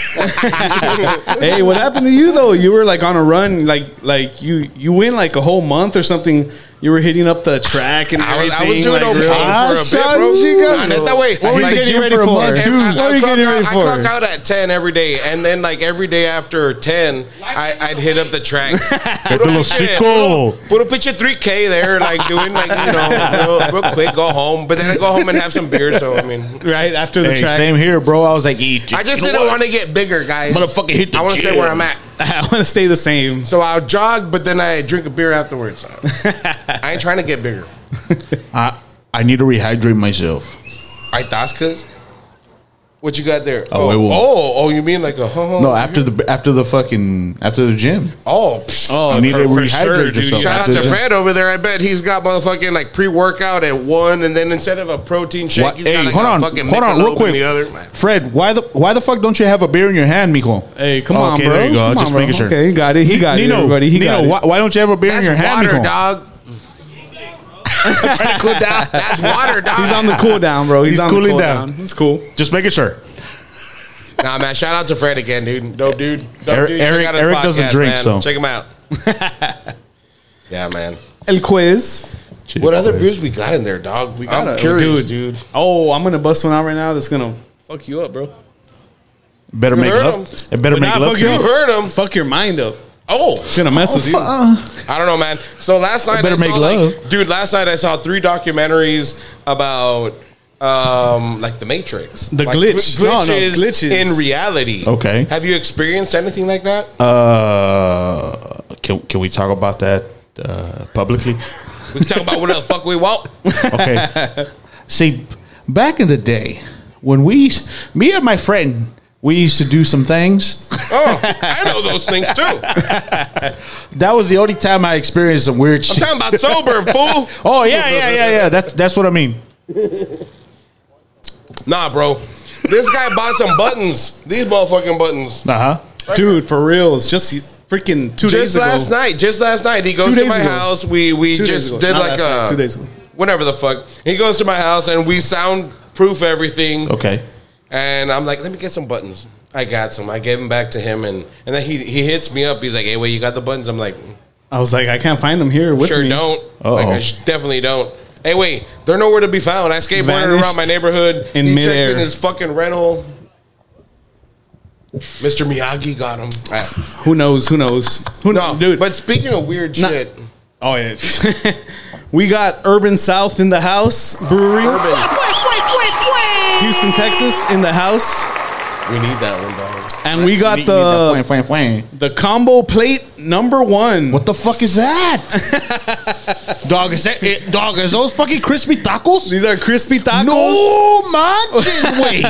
Hey, what happened to you though? You were like on a run, like like you you went like a whole month or something. You were hitting up the track and
I was,
everything.
I was doing
like,
okay
real- Ah,
for a bit, bro. Nah, not that way.
What were you
Like,
getting
you
ready
were
for?
If
Dude,
I,
what were
I
you
clock
getting ready
out,
for?
I clock out at ten every day, and then like every day after ten, I, I'd hit up the track. Put
Little sicko.
put a picture three K there, like doing like you know, real, real quick, go home. But then I go home and have some beer. So I mean,
right after the
Hey,
track.
same here, bro. I was like, eat.
I just didn't want to get bigger, guys.
Motherfucker hit the
I want to stay
gym.
where I'm at.
(laughs) I want to stay the same.
So I'll jog, but then I drink a beer afterwards. I ain't trying to get bigger.
I, I need to rehydrate myself.
I thought cause What you got there?
A
oh,
huevo.
oh, oh, you mean like a huh?
No, after the after the fucking after the gym.
oh, psh.
Oh,
You need to
for- for
rehydrate
dude.
yourself.
Shout out-
Shout out
Oh, after
to
the-
Fred over there. I bet he's got motherfucking like pre workout at one, and then instead of a protein shake,
What-
he's
Hey,
got like
hold
a
on,
fucking
hold on,
Michelob
real
in
quick.
The other.
Fred, why the why the fuck don't you have a beer in your hand, mijo?
Hey, come on,
Oh, Okay,
bro.
There you go.
Come
Just
on, bro.
making sure.
Okay, he got it. He got it, everybody. He
Nino,
got it.
Why, why don't you have a beer in
That's
your hand,
water,
mijo?
dog. That's water, dog.
He's on the cool down, bro. He's,
He's
on the
cooling
cool
down.
down. It's cool.
Just making sure.
Nah, man. Shout out to Fred again, dude. Dope dude. Dope
Eric-
dude. Check
Eric-
out his
Eric doesn't drink,
man.
so.
check him out. yeah, man.
El quiz.
What other beers we got in there, dog? We got
I'm
I'm curious,
dude.
dude.
Oh, I'm gonna bust one out right now. That's gonna fuck you up, bro.
Better make
heard
love.
him.
It better
But
make
not
love.
fuck
to
You
you.
heard him.
Fuck your mind up.
Oh,
It's gonna mess with you.
I don't know, man. So last night, I
better
saw,
make
Like,
love.
dude. Last night I saw three documentaries about um like the Matrix,
The
Like,
glitch. No, no,
glitches,
glitches.
in reality.
Okay.
have you experienced anything like that?
Uh, can can we talk about that uh, publicly?
we can talk about what the fuck we want.
Okay.
(laughs)
See, back in the day when we, me and my friend, we used to do some things.
(laughs) Oh, I know those things too. I'm
That was the only time I experienced some weird shit.
talking about sober, fool.
Oh yeah, yeah, yeah, yeah. That's that's what I mean.
Nah, bro. This guy bought some buttons. These motherfucking buttons.
Uh huh.
dude, for real. It's just freaking two days
just
ago.
last night. Just last night, he goes
Two
to
days
my
ago.
house. We we
Two days
just
ago.
did
Not
like
last
a
night, two days ago.
whatever the fuck. He goes to my house and we soundproof everything.
Okay.
And I'm like, let me get some buttons. I got some. I gave them back to him, and and then he he hits me up. He's like, hey, wait, you got the buttons? I'm like,
I was like, I can't find them here with
sure
me.
don't.
Uh-oh.
Like I sh- definitely don't. Hey, wait, they're nowhere to be found. I skateboarded
Vanished
around my neighborhood
in
He checked
midair.
in his fucking rental. Mr. Miyagi got him.
Who knows? Who knows? Who
(laughs)
knows,
no,
dude?
But speaking of weird
Nah.
shit.
oh yeah, (laughs) we got Urban South in the house brewery,
Fue, fue, fue, fue.
Houston, Texas in the house,
We need that one, dog.
and we got the the combo plate number one.
What the fuck is that? (laughs) dog, is that it, dog, is those fucking crispy tacos?
These are crispy tacos.
No (laughs) manches, wait.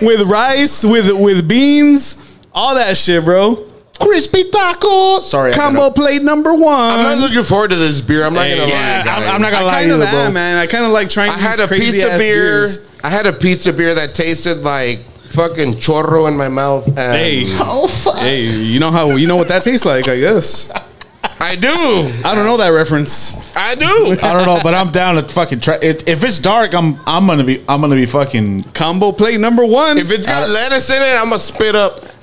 with rice, with with beans, all that shit, bro.
crispy tacos. Sorry,
Combo plate number one.
I'm not looking forward to this beer. Um, I'm not gonna
Yeah,
lie. guys.
I'm, I'm not gonna
I
lie
kind of
either, bro.
am, man. I kind of like trying.
I had a pizza beer. I had a pizza beer that tasted like fucking chorro in my mouth. And
Hey,
Oh fuck!
hey, you know how you know what that tastes like? I guess
I do.
I don't know that reference.
I (laughs) do.
I don't know, but I'm down to fucking try. It, if it's dark, I'm I'm gonna be I'm gonna be fucking.
Combo plate number one,
if it's got lettuce in it, I'm gonna spit up.
dude. (laughs)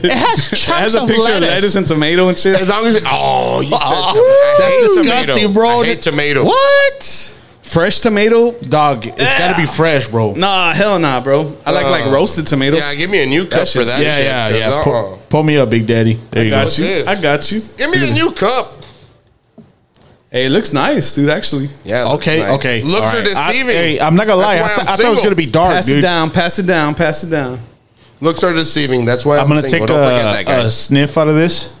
It
has
it
chunks
has a
of
picture of
lettuce.
lettuce and tomato and shit.
As long as it, oh, you said
Oh,
tomato. I
that's
hate
disgusting,
tomato.
bro.
I hate tomato.
What?
Fresh tomato?
Dog, it's gotta be fresh, bro.
Nah, hell nah, bro. I like like
Uh,
roasted tomato.
Yeah, give me a new cup
That
for
shit's-
that.
yeah,
shit,
yeah,
'cause,
yeah.
uh-uh.
Pull, pull me up, big daddy. There you go.
got you.
this?
I got you.
Give me a new cup.
Hey, it looks nice, dude. Actually,
Yeah. looks
Okay,
nice.
okay.
Looks
All
are
right.
deceiving.
I, hey, I'm not gonna lie. I,
That's why
th-
I'm
I thought it was
single.
gonna be dark,
pass it
dude.
down, pass it down, pass it down.
Looks are deceiving. That's why I'm,
I'm gonna
single.
take
Don't forget that,
a, a
guys.
sniff out of this.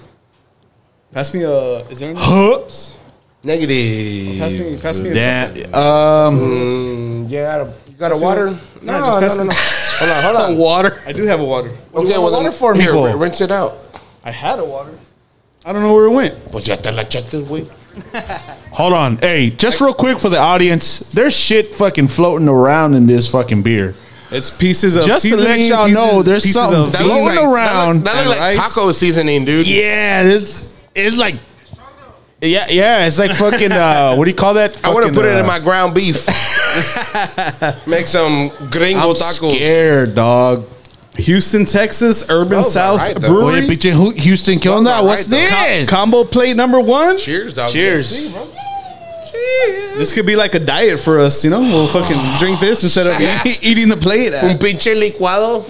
Pass me a. Is there? Any,
Negative.
pass me. Pass me. A,
Yeah. Um.
Yeah, you got a, you got a water?
No, just pass me-
Hold on, hold
(laughs)
on.
Water.
I do have a water.
Okay, well,
water
then,
for me,
here,
Cole?
rinse it out.
I had a water. I don't know where it went.
Pues ya te la echaste, güey.
Hold on. Hey, just real quick for the audience, there's shit fucking floating around in this fucking beer.
It's pieces of
Just to
seasoning,
let y'all
pieces-
know, there's
pieces
something
of
That
Going
looks
beans.
like,
around
That look, that look like
and rice.
taco seasoning, dude.
Yeah, this it's like. Yeah, yeah, it's like fucking. (laughs) Uh, what do you call that?
I want to
Fucking,
put it in
uh,
my ground
(laughs)
beef. Make some gringo
uh, I'm
tacos.
scared, dog.
Houston, Texas, Urban
Smells
South
alright, though.
Oye,
Brewery.
pinche Hu- Houston, ¿qué onda?
alright,
What's
though.
this?
Combo plate number one.
Cheers, dog.
Cheers.
Let's see, bro.
This could be like a diet for us, you know. We'll fucking drink this
(laughs)
instead of (laughs) eat- eating the plate.
Un pinche licuado.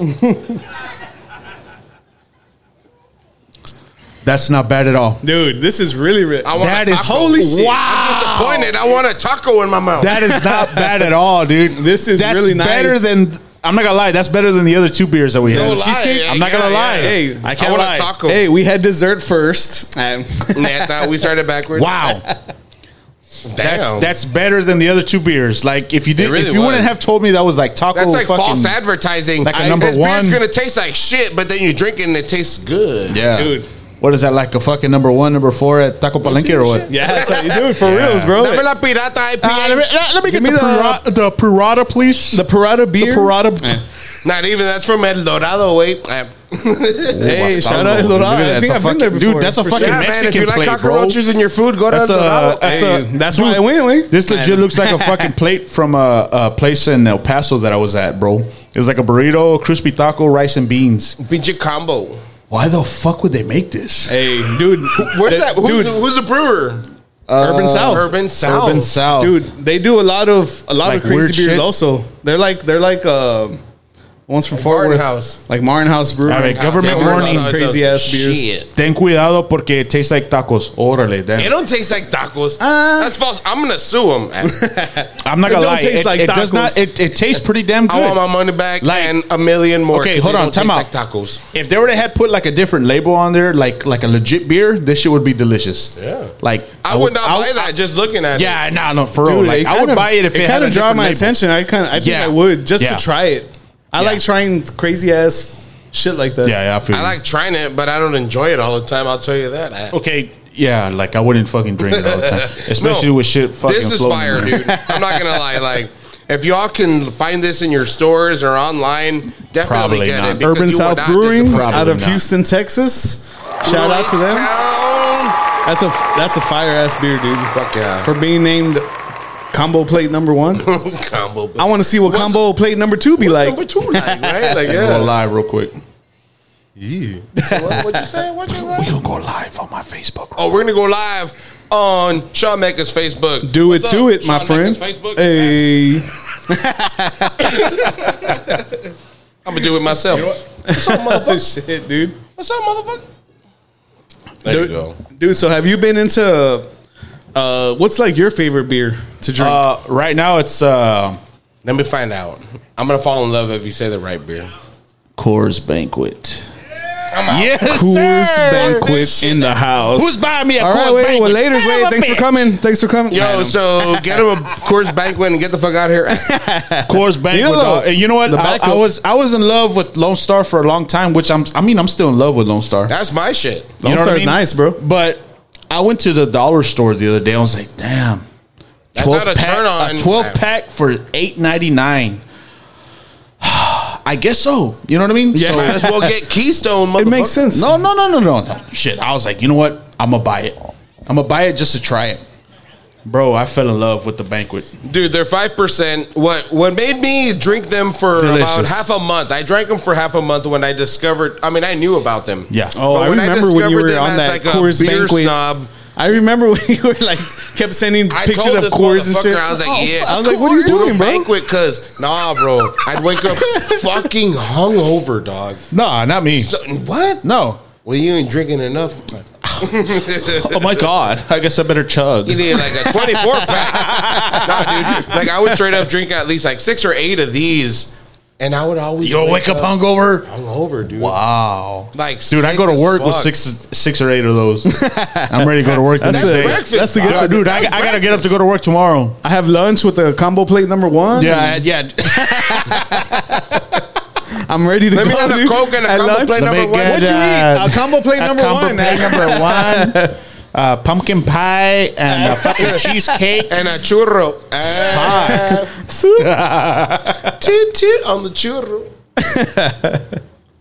That's not bad at all.
Dude, this is really rich.
I want
That
a
is-
taco.
holy shit.
I'm
Wow.
disappointed. I want a taco in my mouth.
That is not
(laughs)
bad at all, dude.
This is
that's
really nice.
better than. I'm not gonna lie. That's better than the other two beers that we
No
had.
lie,
cheesecake?
yeah,
I'm not
yeah,
gonna lie.
yeah.
Hey,
I
I
can't
want
lie.
a taco. (laughs)
Hey, we had dessert first. Um,
Nah, I thought we started backwards.
Wow.
Damn.
That's that's better than the other two beers. Like if you did,
really
if you wouldn't
was.
have told me that was like taco,
That's like
fucking-
false advertising.
like a number
this
one.
beer's gonna taste like shit, but then you drink it and it tastes good.
Yeah,
Dude.
What is that like a fucking number one, number four at Taco Palenque or what?
Yeah, that's how you do it for
Yeah.
reals, bro.
Dame la pirata eh, IPA.
Uh, let, me, let- let me get the,
Give me the-
pirata, the pirata, please.
the Parada beer.
pirata.
Not even that's from El Dorado. Wait, Uh,
Hey,
Look at
shout out El Dorado. I
that.
think
It's a
I've been there
fucking-
before,
Dude, that's a
for
fucking
yeah, man.
Mexican
If you like
plate,
cockroaches
bro.
in your food, go to
That's
El
a,
Dorado.
that's
Hey.
a, that's why I went, wait.
This legit looks like a fucking plate from a, a place in El Paso that I was at, bro. It was like a burrito, crispy taco, rice and beans.
(laughs) Pinche combo.
Why the fuck would they make this?
Hey, dude,
Eh,
Where's that? Who's,
dude?
who's the brewer?
Urban South,
Urban South.
Uh, Urban South,
dude. They do a lot of a
Oh.
lot
Like
of crazy
weird
beers.
shit?
Also, they're like they're like uh, ones from Fort
Martin
Worth,
House.
like Martin House Brewery.
All right, government
we're
warning.
about to-
Crazy ass beers.
Shit.
Ten cuidado porque it tastes like tacos. Orale,
It
damn.
don't taste like tacos. That's false. I'm gonna sue him.
I'm not gonna
it don't
lie.
taste
It,
like
it does
tacos.
not. It, it tastes pretty damn good.
I want my money back
Like-
and a million more.
Okay,
'cause
hold
it
on,
don't
time
taste Like tacos.
If they would have had put like a different label on there, like like a legit beer, this shit would be delicious.
Yeah.
Like
I would not
I
buy that just looking at it.
Yeah, no, no, for real.
Dude,
Like,
it
I
kind
would
of-
buy it if it, had
kind
a
of draw
different
my
label.
attention. I kind of, I think
Yeah.
I would just
Yeah.
to try it. I
Yeah.
like trying crazy ass shit like that.
Yeah, yeah, I feel.
I
you.
like trying it, but I don't enjoy it all the time. I'll tell you that. I-
Okay, yeah, like I wouldn't fucking drink it all the time,
(laughs)
especially
No,
with shit fucking.
This is
floating
fire,
around. (laughs)
dude. I'm not gonna lie. Like, if y'all can find this in your stores or online, definitely
Probably
get
not.
it. because
Urban
you will
South
not
Brewing
disappoint.
Probably
out of
not.
Houston, Texas. Shout out to them.
Town.
That's a that's a fire ass beer, dude.
Fuck yeah.
For being named combo plate number one.
(laughs) combo.
I want to see what
What's-
combo plate number two be like.
number two, like, right? Like,
We're gonna go
yeah.
live real quick.
what, what you say? What you
We
say?
gonna go live on my Facebook.
Oh, we're gonna go live on Sean Mecca's Facebook.
Do
What's
it to
up,
it, my
Sean
friend.
Mecca's Facebook.
Hey,
I'm gonna do it myself. What's up, motherfucker?
shit, dude.
What's up, motherfucker? There
dude, dude. So have you been into uh, what's like your favorite beer to drink?
Uh, right now it's uh,
Let me find out. I'm gonna fall in love if you say the right beer.
Coors Banquet.
I'm out.
Yes,
Coors
sir.
Banquet in the house.
Who's buying me a
All
Coors
right, wait,
Banquet?
well,
Son
later,
of
wait.
a
Thanks for
bitch.
coming. Thanks for coming.
Yo, so get him a course banquet and get the fuck out of here.
Coors Banquet.
know,
dog. And you know what?
the
I,
back
I
of-
was I was in love with Lone Star for a long time, which I'm. I mean, I'm still in love with Lone
(laughs)
Star.
That's my shit.
You know
Lone
what I
Star's
mean?
nice, bro.
But I went to the dollar store the other day. I was like, damn,
That's
twelve
not a
pack,
turn on.
a twelve pack for eight ninety nine. (sighs) I guess so. You know what I mean?
So might as well get Keystone.
It makes sense.
So, (laughs) no, no, no, no, no, no. Shit, I was like, you know what? I'm gonna buy it. I'm gonna buy it just to try it. Bro, I fell in love with the banquet.
dude. They're five percent. What what made me drink them for about
Delicious.
half a month? I drank them for half a month when I discovered. I mean, I knew about them.
Yeah.
Oh,
But
I
when
remember when you
discovered
were
them
on
as,
that
like, a
Coors
beer
Banquet.
snob.
I remember when you were like kept sending
I
pictures
told
of
this
Coors and
motherfucker,
shit.
I was like, yeah.
I was like, what are you
Coors
doing, bro?
Banquet, cause nah, bro. I'd wake up fucking hungover, dog.
Nah, not me.
So, what?
No. (laughs)
Well, you ain't drinking enough.
Oh my god. I guess I better chug.
You need like a 24 pack. nah, dude. Like, I would straight up drink at least like six or eight of these, and I would always
You'll wake up hungover.
hungover, dude.
Wow.
Like,
Dude, I
sick
go
as
to work with
fuck.
six six or eight of (laughs) those. I'm ready to go to work the
That's
next
the
day.
breakfast.
That's the
Dude,
good.
Dude, I, I gotta get up to go to work tomorrow.
I have lunch with the combo plate number one.
Yeah, I- yeah.
I'm ready to
Let
go.
me have a
dude.
Coke and a
At
combo
lunch?
plate number one.
What'd you eat? A combo plate number one.
Plate number one. Uh, pumpkin pie and a fucking cheesecake.
and a churro. Ah, toot toot on the churro.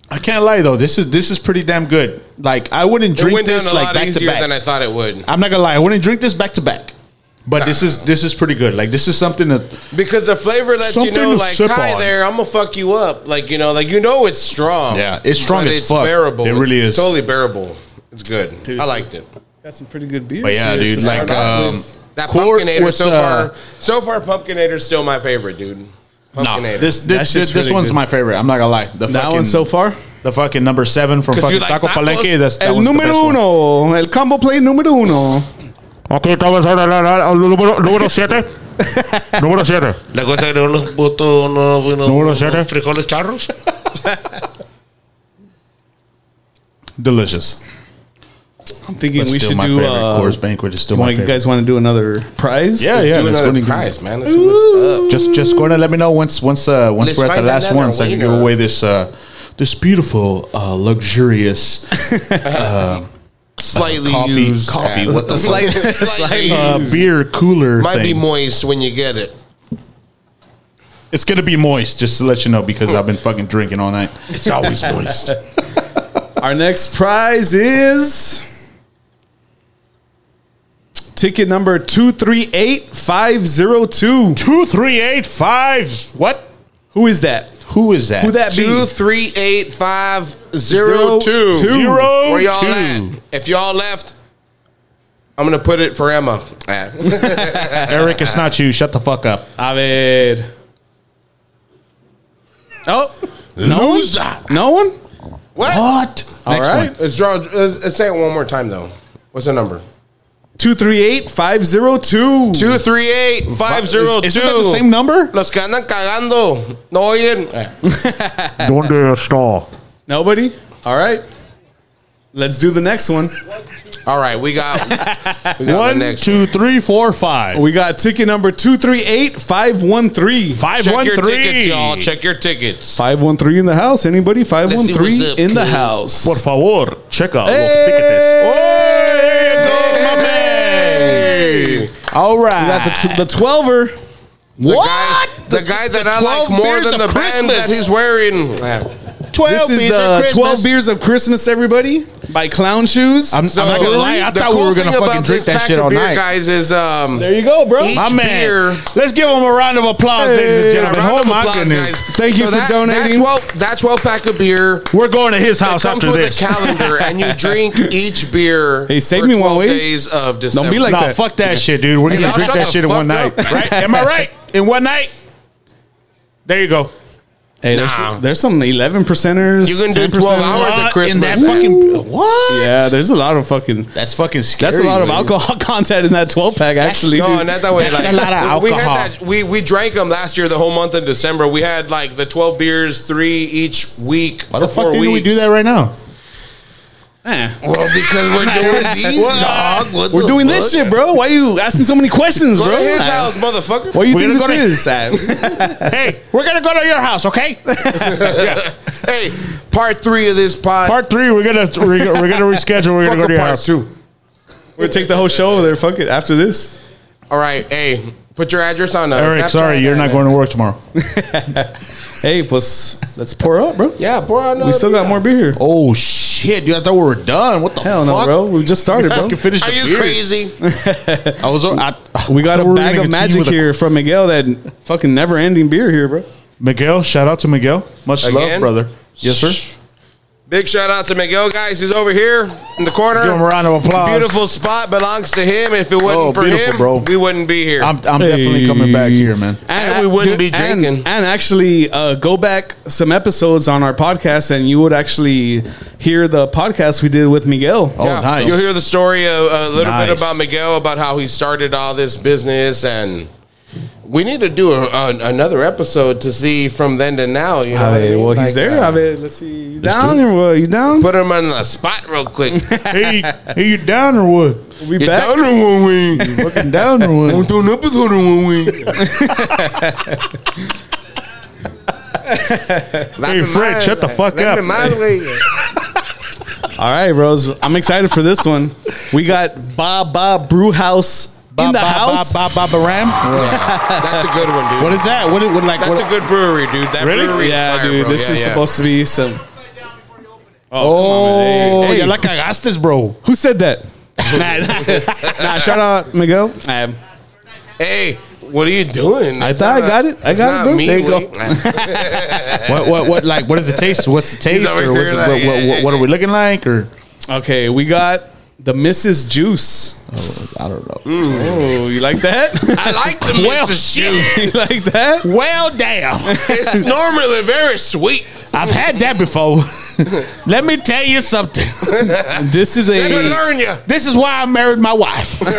I can't lie though. This is this is pretty damn good. Like I wouldn't
It
drink
went down
this
a
like
lot
back to
easier than
back.
I thought it would.
I'm not gonna lie. I wouldn't drink this back to back. But this is this is pretty good. Like this is something that
Because the flavor lets
Something
you know,
to
like,
sip
hi
on."
there, I'm gonna fuck you up. Like, you know, like you know, it's strong.
Yeah, it's strong
but
as
it's
fuck.
Bearable.
It really
It's
is.
totally bearable. It's good. I liked it.
Got some pretty good beers.
But yeah,
here to
dude,
start
like
off
um,
with.
That
Court
pumpkinator
was,
so
uh,
far, so far, pumpkinator's still my favorite, dude.
no,
Pumpkinator.
this this, this,
shit's
this
really
one's
good.
my favorite. I'm not gonna lie. The
that one so far.
the fucking number seven from
'Cause you
fucking
like
Taco
tacos?
Palenque. That's that
El
one's the best
número
one.
uno, el combo plate número uno.
Ok, estamos ahora la, la, la, número número 7. número 7.
La cosa que no los puto, no, no, no,
Número
unos
siete.
frijoles charros.
Delicious.
I'm thinking
But
we
still
should
my
do.
favorite.
Uh,
Coors Banquet is still
want-
my
You
favorite.
guys want to do another prize?
Yeah, yeah.
do
that's
another
what it-
prize, man. Let's see what's up.
Just just go ahead and let me know once once uh once
Let's
we're at the
find
last
another
one so I can give
winner.
away this uh this beautiful uh luxurious uh,
Slightly
coffee
used.
coffee
Yeah.
what the (laughs)
Slightly,
uh,
used.
beer cooler
Might be
thing.
moist when you get it.
it's gonna be moist just to let you know because I've been fucking drinking all night.
It's always moist.
Our next prize is ticket number 238502.
Two three eight five what?
Who is that?
Who is that?
Who that be?
Two three eight five zero
Zero,
two.
two.
Zero,
Where y'all
two.
at? If y'all left, I'm gonna put it for Emma.
Eric, it's not you. Shut the fuck up.
A ver. Oh,
no Who's that?
no one?
(laughs) What?
What?
All right.
Let's draw. Let's, let's say it one more time though. What's the number?
238502.
Two three eight five zero two.
Is, isn't that the same number?
Los que andan cagando no oyen.
¿Dónde está?
Nobody? All right. Let's do the next one.
All right, we got, we got the
One,
next
two, three, four, five.
We got ticket number 238513.
Five,
Check
one,
your
three.
tickets, y'all. Check your tickets.
513 in the house. Anybody?
Let's see what's
513
up,
in the
kids.
house.
Por favor, checa los tiquetes.
Hey!
Hey!
All right.
We got the, t- the 12er.
The guy, the guy that I like
12
more
beers
than the
of
band
Christmas.
that he's wearing.
This is the 12 beers of Christmas, everybody, by Clown Shoes.
I'm, I'm not gonna lie. I
the
thought we
cool
were gonna
thing about
fucking drink
this
that
pack
shit
of
all
beer,
night.
Guys, is um,
there you go, bro.
each
My man.
beer.
Let's give him a round of applause, ladies and
Yeah,
gentlemen.
round
Oh
of
my
applause,
goodness.
guys.
Thank you for donating.
That twelve, that twelve pack of beer.
We're going to his
It
house
comes
after
with
this.
a calendar, and
(laughs)
you drink each beer.
Hey, save
for
me one,
12
will you?
days of December.
be like
nah,
that.
fuck that shit, dude. We're
Hey,
gonna
y'all
drink
shut
that
the
shit in
fuck
one
up.
night, right? Am I right? In one night. There you go.
Hey, there's,
Nah.
there's some 11 percenters.
You can do
10%.
12 hours
Uh,
at Christmas.
in that fucking what?
Yeah, there's a lot of fucking.
that's fucking scary.
That's a lot of
man.
alcohol (laughs) content in that 12 pack, actually.
No,
dude.
and that's that way.
That's
like, (laughs)
a lot of
we had
alcohol.
that. We we drank them last year, the whole month of December. We had like the twelve beers, three each week for
Why the fuck
four
didn't
weeks.
we do that right now?
Eh.
Well, because we're (laughs) doing these, dog. What
We're
the
doing
fuck?
this shit, bro. Why you asking so many questions,
Go
bro?
to his
Like,
house, motherfucker.
What do you
We're
think
gonna
this is?
(laughs)
(laughs) hey, we're gonna go to your house, (laughs) okay?
hey, part three of this pod.
Part three, we're gonna we're, gonna- we're gonna reschedule. We're
Fuck
gonna go to
a
your
part
house.
two.
We're gonna take the whole show over there. Fuck it. After this,
All right, hey, put your address on. Uh,
Eric,
Snapchat.
sorry, you're not going to work tomorrow.
hey, plus let's pour up, bro.
Yeah, bro. I know
We still got more beer here.
Oh shit, dude! I thought we were done. What the
Hell no, bro. We just started, bro.
Fucking finish
Are
the
you
beer. (laughs)
crazy?
I was. I,
We got
thought
a
were
bag
gonna continue
of magic
with a-
here from Miguel. That fucking never-ending beer here, bro.
Miguel, shout out to Miguel. Much love,
Again?
brother. Yes, sir.
Big shout out to Miguel, guys. He's over here in the corner.
Give him a round of applause.
Beautiful spot belongs to him. If it wasn't
Oh,
for
beautiful,
him,
bro.
we wouldn't be here.
I'm, I'm definitely coming back here, man.
And we wouldn't be
and-
drinking.
And actually, uh, go back some episodes on our podcast, and you would actually hear the podcast we did with Miguel.
Oh, nice.
You'll hear the story a, a little bit
Nice.
about Miguel about how he started all this business, and we need to do a, a, another episode to see from then to now. You know,
I
what I
mean,
mean?
well, he's
Like,
there.
uh,
I mean, let's see. You down or what? You down?
Put him on the spot real
(laughs)
quick.
hey, hey, you down or what?
we
You're
back.
down in one wing.
Fucking down (laughs) or what?
Don't do an episode in one wing.
Hey, Fred, shut the fuck up.
All right, bros. I'm excited for this one. We got Bob Bob Brew House in the house.
Bob, Bob, Bob, Ram.
That's a good one, dude.
What is that? What? What? Like?
That's
What?
a good brewery, dude. That
Really?
brewery, is
Yeah,
fire,
dude.
bro.
This
Yeah,
is
yeah.
supposed to be some.
oh,
Hey, hey.
you're like Agastas, bro.
Who
(laughs)
said that? nah, nah, shout out Miguel. Um,
Hey, what are you doing?
I
It's
thought
not-
I got it. I
it's
got it,
not
bro.
me,
There you go.
Wade.
what? What? What? Like? What does it taste?
(laughs)
What's the taste?
over
Or what's
here
it,
like,
what, what,
yeah,
what, what are we looking like? Or
Okay, we got the Mrs. Juice.
I don't know.
Mm.
Oh, you like that?
(laughs)
(laughs)
I like the
Well,
Mrs.
shit.
Juice.
you like that?
Well, damn.
It's normally very sweet.
I've had that before. (laughs) Let me tell you something.
This is
Let me
a
learn you.
This is why I married
(laughs)
my wife. Son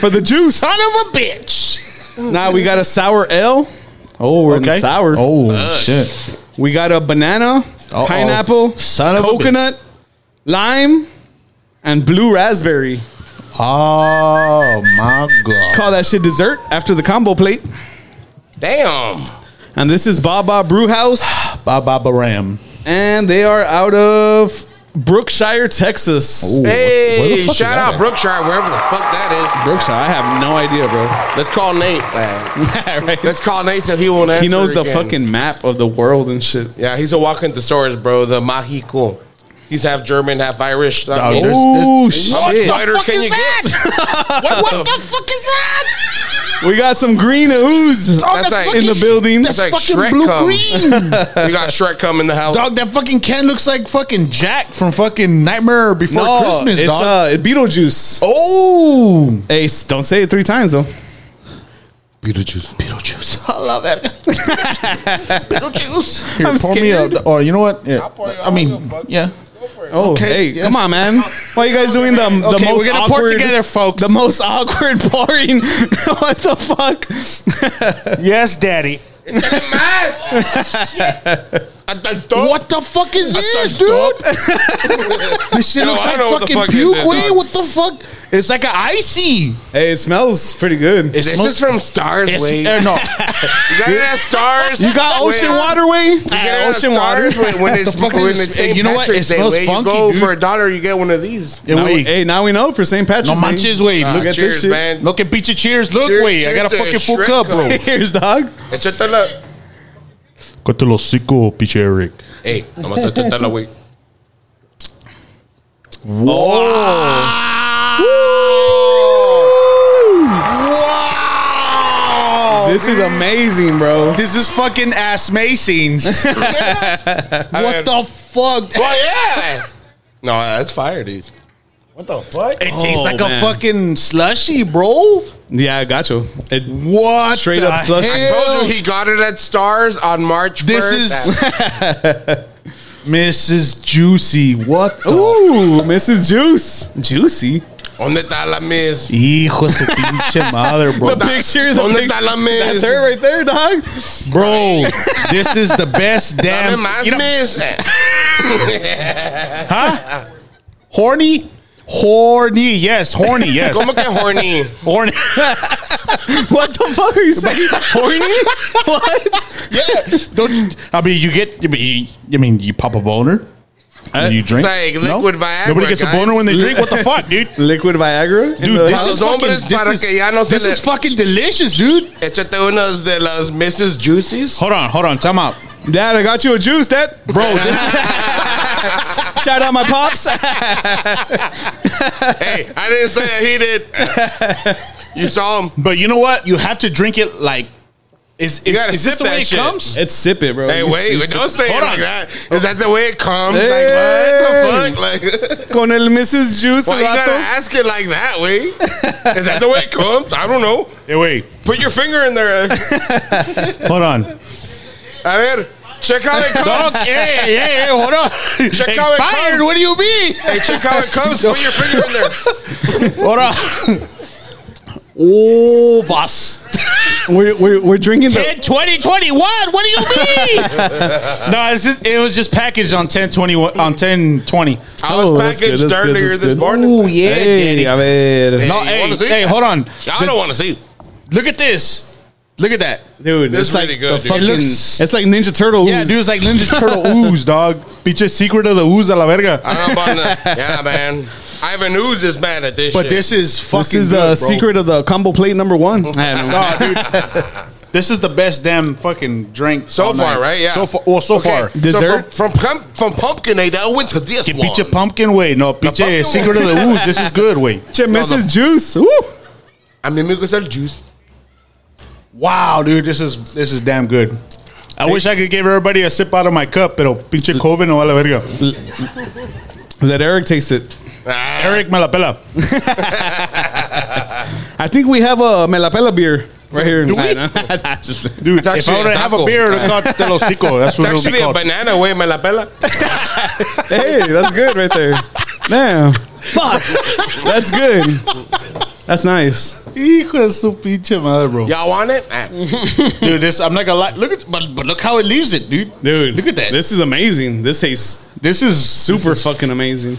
for the juice.
of a bitch.
Now we got a sour L. Oh, we're in the sour.
Oh shit.
We got a banana,
Uh-oh.
pineapple,
Son of a
coconut, lime, and blue raspberry.
Oh my god.
Call that shit dessert after the combo plate.
Damn.
And this is Baba Brewhouse,
Ba ba ba ram.
and they are out of Brookshire, Texas.
Ooh, where the
Hey,
fuck is
shout
that
out
at?
Brookshire, wherever the fuck that
Brookshire, I have no idea, bro. (laughs)
is. Let's call Nate, man.
Right?
Let's call Nate so he won't answer.
He knows the
again.
fucking map of the world and shit.
Yeah, he's a walking thesaurus, bro. The Mahiko. He's half German, half Irish. Oh, I mean,
there's-
there's-
there's-
how much
shit.
lighter can you get? (laughs)
What, what the fuck is that?
We got some green ooze
That's like-
in the building.
That's like Shrek come. (laughs) We got Shrek come in the house.
Dog, that fucking can looks like fucking Jack from fucking Nightmare Before
no,
Christmas,
it's
dog.
uh, Beetlejuice.
oh,
Hey, s- don't say it three times though.
Beetlejuice. I love that. Beetlejuice. Here,
I'm
pour me
scared.
up, or you know what? Yeah.
pour you
I mean, yeah.
Oh,
Okay,
hey,
yes.
come on, man. Why are you guys doing the, the
Okay,
most
we're gonna
awkward,
pour together, folks.
The most awkward (laughs) pouring. what the fuck? (laughs)
Yes, daddy.
(laughs)
What the fuck is this, dude? This shit
Yo,
looks
I
like
don't know what the
fucking
fuck is
puke.
this,
Wait,
dog.
what the fuck? It's like an icy.
Hey, it smells pretty good.
This is from Stars,
It's,
wait.
(laughs) uh, no,
You got it at Stars?
You got ocean
Wait.
waterway.
You get it
Ah,
at
ocean water.
Stars When, when (laughs) it's,
fuck
when
is this?
it's St.
Hey, you know what?
Patrick's
It
Day,
smells
wait, you
funky,
go
dude.
for a dollar, you get one of these.
Yeah,
Now we-
wait.
hey, now we know for St. Patrick's.
no
Day. (laughs)
manches, wait.
Ah,
Look at
cheers,
this shit.
man.
Look at Beach of Cheers. Look,
Cheers-
wait. I
cheers
gotta
to
fucking
Shrek
fuck up, bro.
Cup.
Here's dog.
Echatela.
Corte los cinco, Beach Eric.
Hey, vamos a echatela, wait.
Wow.
This is amazing, bro.
This is fucking ass Masons. what the fuck?
Well, yeah. No, that's fire, dude. What the fuck?
It tastes like
Oh, man.
a fucking slushy, bro.
Yeah, I got you. It,
What?
Straight
the
up slushy.
I told you he got it at Stars on March 1st.
This is (laughs) Mrs. Juicy. What the?
ooh, Mrs. Juice, juicy.
(laughs) ¿Dónde está la (laughs) miss?
Hijo de su pinche madre, bro.
The picture, the
¿Dónde
pic-
está la miss?
That's her right there, dog.
(laughs) bro, this is the best
¿Dónde
damn.
más
You know-
miss?
horny? Horny, yes.
(laughs)
Horny, yes.
¿Cómo que horny?
horny.
(laughs) What the fuck are you (laughs) saying?
horny?
what?
(laughs) Yeah.
Don't, I mean, you get, I mean, you, I mean, you pop a boner. and you drink.
It's like Uh, liquid Viagra,
Nobody gets
guys.
a boner when they drink. What
(laughs)
the fuck, dude?
Liquid Viagra, in
Dude,
the-
this is,
Para los
fucking,
hombres, para
this,
que ya no
is,
se
this
le-
is
(laughs)
fucking delicious, dude.
Échate unas de las Mrs. Juices.
Hold on, hold on, time out.
Dad, I got you a juice, Dad.
(laughs)
Bro, this is
Shout out my pops. (laughs)
Hey, I didn't say that he did. You saw him.
But you know what? You have to drink it like. Is, is,
gotta
is this
sip
the way
that
it
shit.
comes?
It's sip it, bro.
Hey,
You
wait,
sip-
don't say it
Hold
like
on.
that. Is that the way it comes?
Hey.
Like, what the
(laughs)
fuck? Like,
Con el Mrs. Juice,
why you gotta
rato.
ask it like that, wait? Is that the way it comes? I don't know.
Hey, wait,
Put your finger in there. (laughs)
hold on.
A ver, check how it
Dog,
comes.
hey, hey, hey, hold on.
Check how it
Expired.
comes.
What do you mean?
hey, check how it comes. Put your finger in there.
Hold on. (laughs) Oh, boss.
We're, we're, we're drinking the.
10 2021. What do you mean? (laughs) no, it's just, it was just packaged on 10 21 on 10 20.
I was
Oh, that's good,
packaged
that's good,
earlier
that's
this
good.
morning.
Oh, yeah. daddy.
Hey, a
Hey,
No,
ver.
you
Oh, hey,
wanna see?
hey, hold on.
I don't want to see.
Look at this. Look at that.
dude,
This
it's
is
like
really good,
the
dude.
fucking.
It looks-
it's like Ninja Turtle.
Yeah,
ooze.
dude, it's like Ninja Turtle ooze, dog. Pinche secret of the ooze a la verga.
I'm up on
(laughs)
the, yeah, man. Ivan Ooze is mad at this
But
shit.
this is fucking.
This is
good,
the
bro. (laughs)
secret of the combo plate number one. I don't know.
This is the best damn fucking drink
So
all
far,
night.
right? Yeah.
Oh, So far, well, so far.
So
Dessert?
from, from pump- from pumpkinade, I went to this
Get
one.
pinche pumpkin way, no
pumpkin
pinche
way.
secret of the ooze. This is
(laughs)
good way.
(laughs) Che, Mrs. Juice. Woo.
A mí me gusta el juice.
Wow, dude, this is this is damn good. I wish I could give everybody a sip out of my cup, pero pinche COVID no vale verga.
Let Eric taste it.
Ah,
Eric Malapela.
I think we have a Melapela beer right here.
Do we?
I don't know. I just-
Dude,
It's
if I
actually
were
a
to have a
taco. (laughs)
beer, it's called Telosico.
it's
That's what it'll
actually
be
a
called.
banana, way me la pela.
hey, that's good right there. Damn. Fuck. That's good. That's nice.
Hijo de su pinche madre, bro.
Y'all want it? Ah.
Dude, this I'm not gonna lie. Look at but, but look how it leaves it, dude.
Dude,
Look at that.
This is amazing. This tastes
This is
super fucking amazing.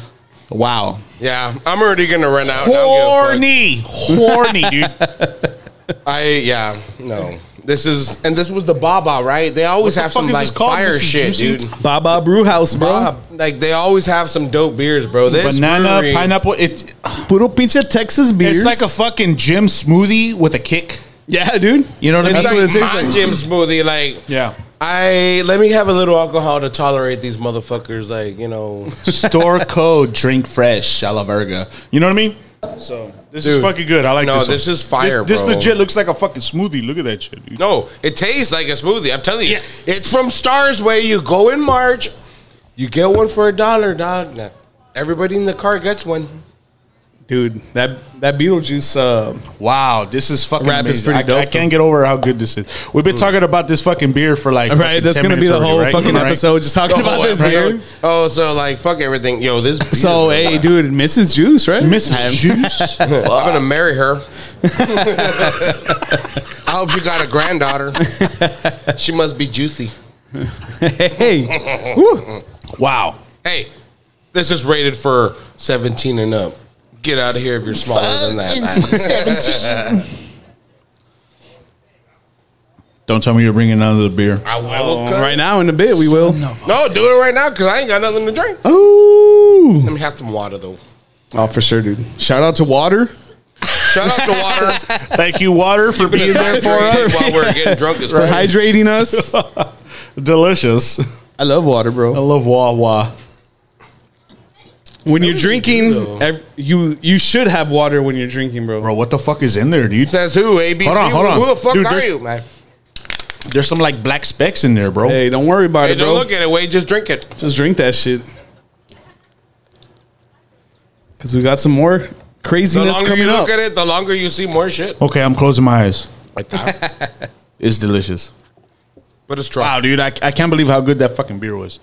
Wow.
Yeah, I'm already gonna run out. I don't give a fuck.
Horny, horny,
(laughs)
dude.
I yeah no. This is and this was the Baba right? They
What
always
the
have some
fuck is
like
this called?
fire
This is
shit,
juicy?
dude.
Baba Brewhouse, bro.
Bob, like they always have some dope beers, bro. This
Banana,
brewery-
pineapple. It,
Puro pinche Texas beers.
it's like a fucking gym smoothie with a kick.
yeah, dude.
You know what
It's
I mean?
like my gym smoothie. Like
yeah.
I let me have a little alcohol to tolerate these motherfuckers. Like you
(laughs)
know,
Store code drink fresh alaverga. You know what I mean? So this is
Dude.
fucking good. I like
No,
this. one.
this is fire,
This, this
bro.
legit looks like a fucking smoothie. Look at that shit. Dude.
no, it tastes like a smoothie. I'm telling you, it's from Stars Way. You go in March, you get one for a dollar, dog. Now, Everybody in the car gets one.
Dude, that that Beetlejuice. Uh,
Wow, this is fucking
Rap is
amazing.
pretty
I-
dope,
I, can't get over how good this is. We've been talking about this fucking beer for like
right,
fucking
that's
10
gonna be
minutes
the
already,
whole
right?
fucking
Right.
episode. Just talking
The
about
whole
this
episode.
beer.
Oh, so like fuck everything. Yo, this. Beer,
Mm. (laughs) So, hey, dude, Mrs. Juice, right?
Mrs.
(laughs)
Juice.
I'm gonna marry her. I hope she got a
(laughs)
granddaughter. she must be juicy.
(laughs) Hey, Woo.
Wow.
Hey, this is rated for 17 and up. Get out of here if you're smaller than that.
Don't tell me you're bringing another beer.
I will.
Um, right now in a bit we will.
No, do it right now because I ain't got nothing to drink.
Oh,
Let me have some water though.
oh, for sure, dude. Shout out to Water.
Shout out to (laughs) water
Thank you, water, for
Keeping us
being there for
hydrated
us.
while we're getting drunk (laughs) as
for
fuck.
hydrating (laughs)
(laughs)
us.
Delicious.
I love water, bro.
I love Wawa.
When you're drinking, ev- you you should have water when you're drinking, bro.
Bro, what the fuck is in there, dude?
Says who? ABC.
Hold on, hold on.
Who the fuck
Dude,
are
there-
you, man?
There's some like black specks in there, bro.
Hey, don't worry about
Hey,
it, bro.
don't look at it. Wait, just drink it.
Just drink that shit. Cause we got some more
The
craziness
longer
coming
you
up.
look at it, the longer you see more shit.
Okay, I'm closing my eyes.
Like (laughs) that.
It's delicious.
But it's strong.
Wow, dude, I, I can't believe how good that fucking beer was.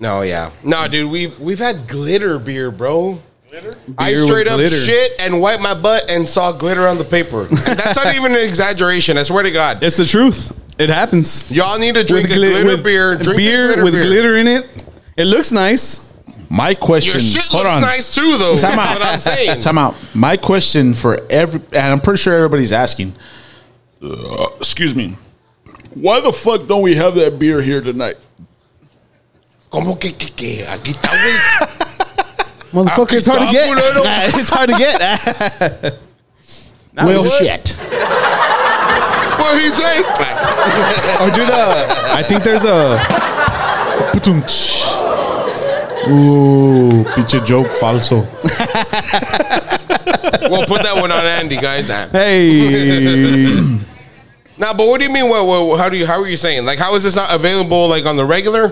No, yeah, no, dude. We've we've had glitter beer, bro. Glitter. I
Beer with
straight up
glitter.
shit and wiped my butt and saw glitter on the
(laughs)
paper. And that's not even an exaggeration. I swear to God,
It's the truth. It happens.
y'all need to drink a
gli-
glitter beer. Drink
beer
a glitter
with
beer.
glitter in it. It looks nice.
My question.
Your shit
hold
looks
on.
nice too, though.
(laughs) Time
That's
out.
what I'm saying.
Time out. My question for every, and I'm pretty sure everybody's asking. Uh, excuse me. Why the fuck don't we have that beer here tonight?
Como que que que? Aquí está, güey.
Motherfucker, it's hard to get. (laughs) it's hard to get.
well,
what?
shit.
What he say?
or do the. I think
(laughs)
there's a.
Ooh, pinche joke falso.
we'll put that one on Andy, guys.
Hey.
Now, but what do you mean? What, what? How do you? How are you saying? Like, how is this not available? Like on the regular?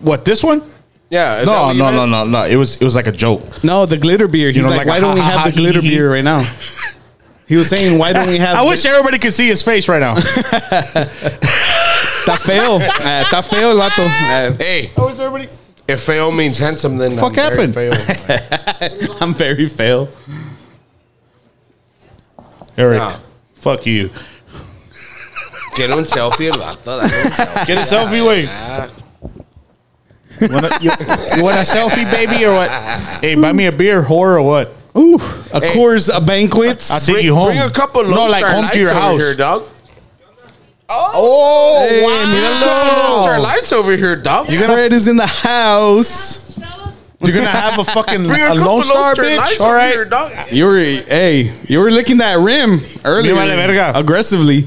What this one?
Yeah. is that
No,
what you
no,
meant?
no, no, no. It was it was like a joke.
(laughs) No, the glitter beer. He's
know,
like,
like a
why don't we
ha, ha,
have the
ha,
glitter
hee, hee."
beer right now? He was saying, why don't we have?
I wish everybody could see his face right now.
Está feo. Eh, Está feo el vato. Eh,
Hey. How is everybody? If fail means handsome, then
Fuck
I'm very
happened?
fail.
(laughs)
I'm very fail.
Eric,
Nah.
fuck you.
Get un selfie el
(laughs)
vato. dale un selfie.
Get a selfie wave. you, you want a selfie, baby, or what? Hey, buy me a beer, whore, or what?
Ooh, a
Hey.
Coors, uh, a banquet.
I'll take you home.
Bring a couple of
no, like home to your house.
here, dog. Oh,
Hey,
wow.
míralo.
Couple Lone Star lights over here, dog.
Fred is in the house.
You're gonna have a fucking
(laughs) Bring a,
a
couple
Lone Star
lights
bitch.
over
All right.
here, dog.
You were, hey, you were licking that rim earlier,
Me vale verga.
aggressively.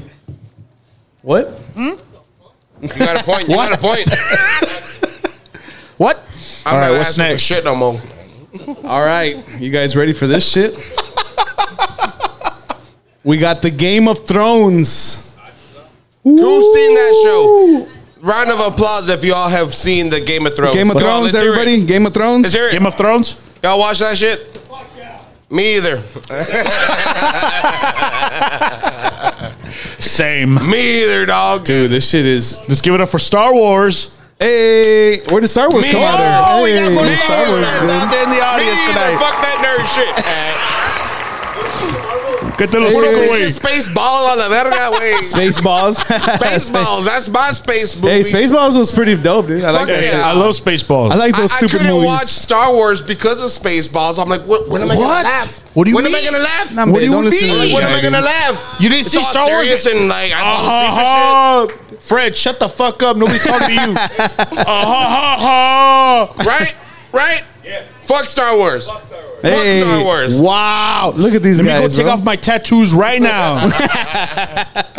What?
You got a point. You got a
(laughs)
point.
What?
I'm
All
not
right. What's
asking for
next?
Shit no more.
All right, you guys ready for this shit? we got the Game of Thrones.
Who's seen that show? Round of applause if y'all have seen the Game of Thrones.
Game of
Come on,
Thrones,
let's hear it.
everybody. Game of Thrones.
Let's hear it.
Game of Thrones.
Y'all watch that shit? Me either.
Same.
Me either, dog.
Dude, this shit is.
Let's give it up for Star Wars.
Hey, where did Star Wars
Me
come out
either.
of?
We
Hey,
got more
Star Wars,
fans out
dude.
there in the
audience
Me either.
tonight.
Fuck that nerd shit.
Que te lo
Puro
saco,
pinche
güey.
space ball a la verga, güey.
Spaceballs.
(laughs) Spaceballs. That's my space movie.
(laughs) hey, Spaceballs was pretty dope, dude. I like
Fuck
Yeah,
that.
yeah.
shit.
I love Spaceballs.
I like
I,
those
I
stupid
couldn't
movies.
watch Star Wars because of Spaceballs. I'm like, what, when am I gonna
What?
laugh?
What do you
when am I
mean?
gonna laugh?
Nah, man,
What do you
don't listen to
mean?
this
When
guy,
am I
dude.
gonna laugh?
You didn't
It's
see
all
Star Wars? Uh-huh.
serious and like, I don't see for shit.
Ah,
Fred, shut the fuck up. Nobody's talking
(laughs)
to you.
Ah,
ha, ha, ha.
right? Right? Yeah. Fuck Star Wars. Fuck Star Wars.
Hey, Wow. Look at these
Let me go
guys.
take
bro.
(laughs)
off my tattoos right
(laughs)
now.